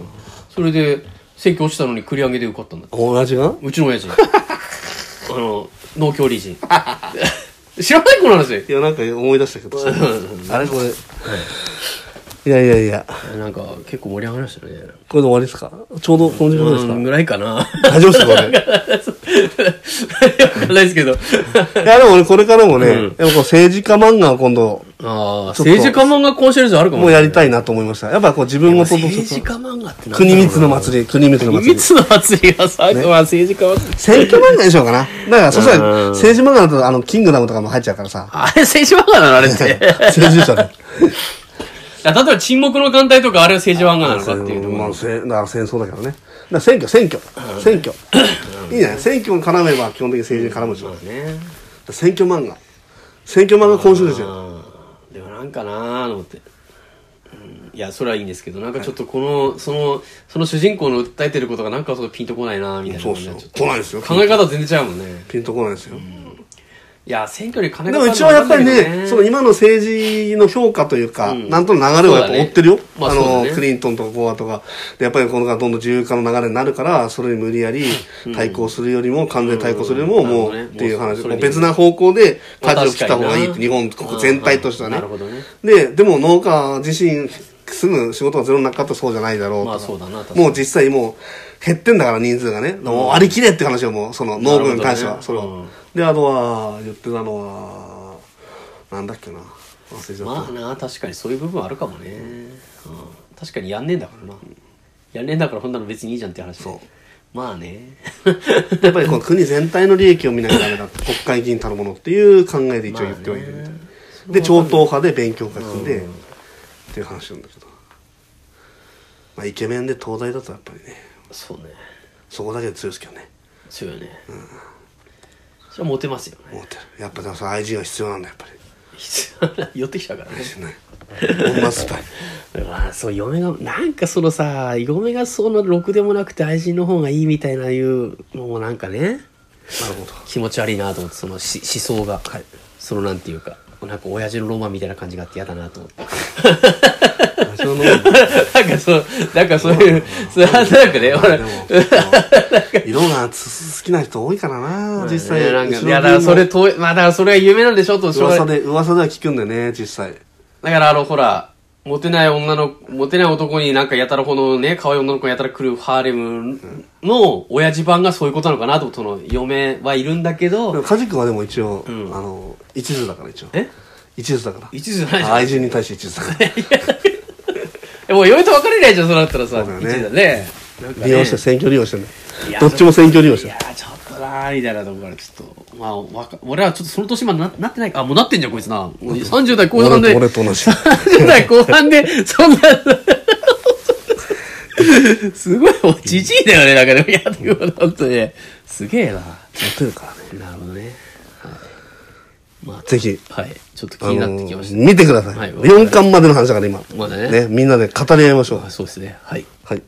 それで、選挙落ちたのに繰り上げで受かったんだって。親父がいうちの親父。あの、農協理事。 知らないこの話。や、なんか思い出したけどさう。あれこれ。いやいやいや、なんか、結構盛り上がりましたね。これで終わりですかちょうどこの時間ですうんかぐらいか な。大丈夫ですかこ れ。わかんないですけど。いや、でも俺これからもね、うんやっぱこう政治家漫画を今度、ああ、ちょっと政治家漫画コンシェルジュあるかももうやりたいなと思いました。やっぱこう自分ごもうとと政治家漫画ってなんだろうな国光の祭り、国光の祭国り。光の祭りはさ、まあ政治家は。選挙漫画にしようかな。だから、そしたうんら、政治漫画だと、あの、キングダムとかも入っちゃうから さ。あれ政治漫画なのあれ って。政治者で。例えば沈黙の艦隊とかあれは政治漫画なのかっていうとこまあ、ろ。せだから戦争だけどね。だから選挙、選挙、選挙。いいね。選挙に絡めば、基本的に政治に絡むでしょ。だかね。ら選挙漫画。選挙漫画今週ですよ。うんでもなんかなーと思って。うんいや、それはいいんですけど、なんかちょっとこの、その、その主人公の訴えてることがなんかちょっとピンとこないなーみたいなそのうがでね。すよ。ちょっと来ないですよ。考え方全然違うもんね。ピンとこないですよ。いや、選挙に金でがもかか一る応やっぱりのはわかんないけね、そどの今の政治の評価というか、なんとの流れはやっぱ追ってるよ。そうだねまああそうだのね、クリントンとかゴアとか。でやっぱりこのがどんどん自由化の流れになるから、それに無理やり対抗するよりも、完全に対抗するよりも、うんもなるほどう、っねていうもう話。それもうで別な方向で舵を切った方まあがいいって、確かに日な本国全体としてはねうんうんなるほどね。で、でも農家自身、すぐ仕事がゼロになったらそうじゃないだろうとか。まあそうだな確かにもう実際もう、減ってんだから人数がね。もう割り切れって話をもう、その農具に関してなは、るほどねそれうをん。であとは言ってたのはなんだっけな忘れちゃった、まあな確かにそういう部分あるかもね、うん、確かにやんねえんだからな、やんねえんだからほんなの別にいいじゃんって話そうまあねやっぱりこの国全体の利益を見なきゃダメだ って国会議員たるものっていう考えで 一応言ってはいるみたいな、まで超党派で勉強会組んで、っていう話なんだけど、まあ、イケメンで東大だとやっぱりねそうねそこだけで強いですけどねそうよね、それはモテますよね 思ってるやっぱでもさ IG が必要なんだやっぱり寄ってきたからねほんまスパイ。まあそう嫁がなんかそのさ嫁がそのろくでもなくて愛人の方がいいみたいないうのもなんかねなるほど。気持ち悪いなと思ってそのし思想が、そのなんていうかなんか親父のロマンみたいな感じがあって嫌だなと思ってその、なんかそのなんかそういうそうなんかねほらで も、色がつ好きな人多いからな、実際。ねなんか後ろいやだからにもそれ遠いまあだからそれは夢なんでしょとしょうが噂ないで、噂では聞くんだよね、実際。だからあのほらモテない女のモテない男になんかやたらこのね可愛い女の子やたら来るハーレムの親父版がそういうことなのかなと思ってその嫁はいるんだけでども、カジ君はでも一応、あんの、一途だから一応。え一途だから。一途じゃないじゃん愛人に対して一途だか ら。えもう嫁と別れないじゃんそうなったらさそうだよ一ね時だねなんかね利用して、選挙利用してねい。やどっちも選挙利用しいてやる。ーちょっとなーみたいなとこからちょっとまあわか俺はちょっとその年までななってないかあもうなってんじゃんこいつなもう30代後半で俺俺と同じ。 30代後半で、そんな、 すごい、おじじいだよね、なんかでも、いや、でも本当に。すげえな。モテるからね。なるほどね。はい。まあ、ぜひ。はい。ちょっと気あになのってきました。見てくださ。はいい4巻までの話だから今。まだねね、みんなで語り合いましょう。あそうですね。はい。はい。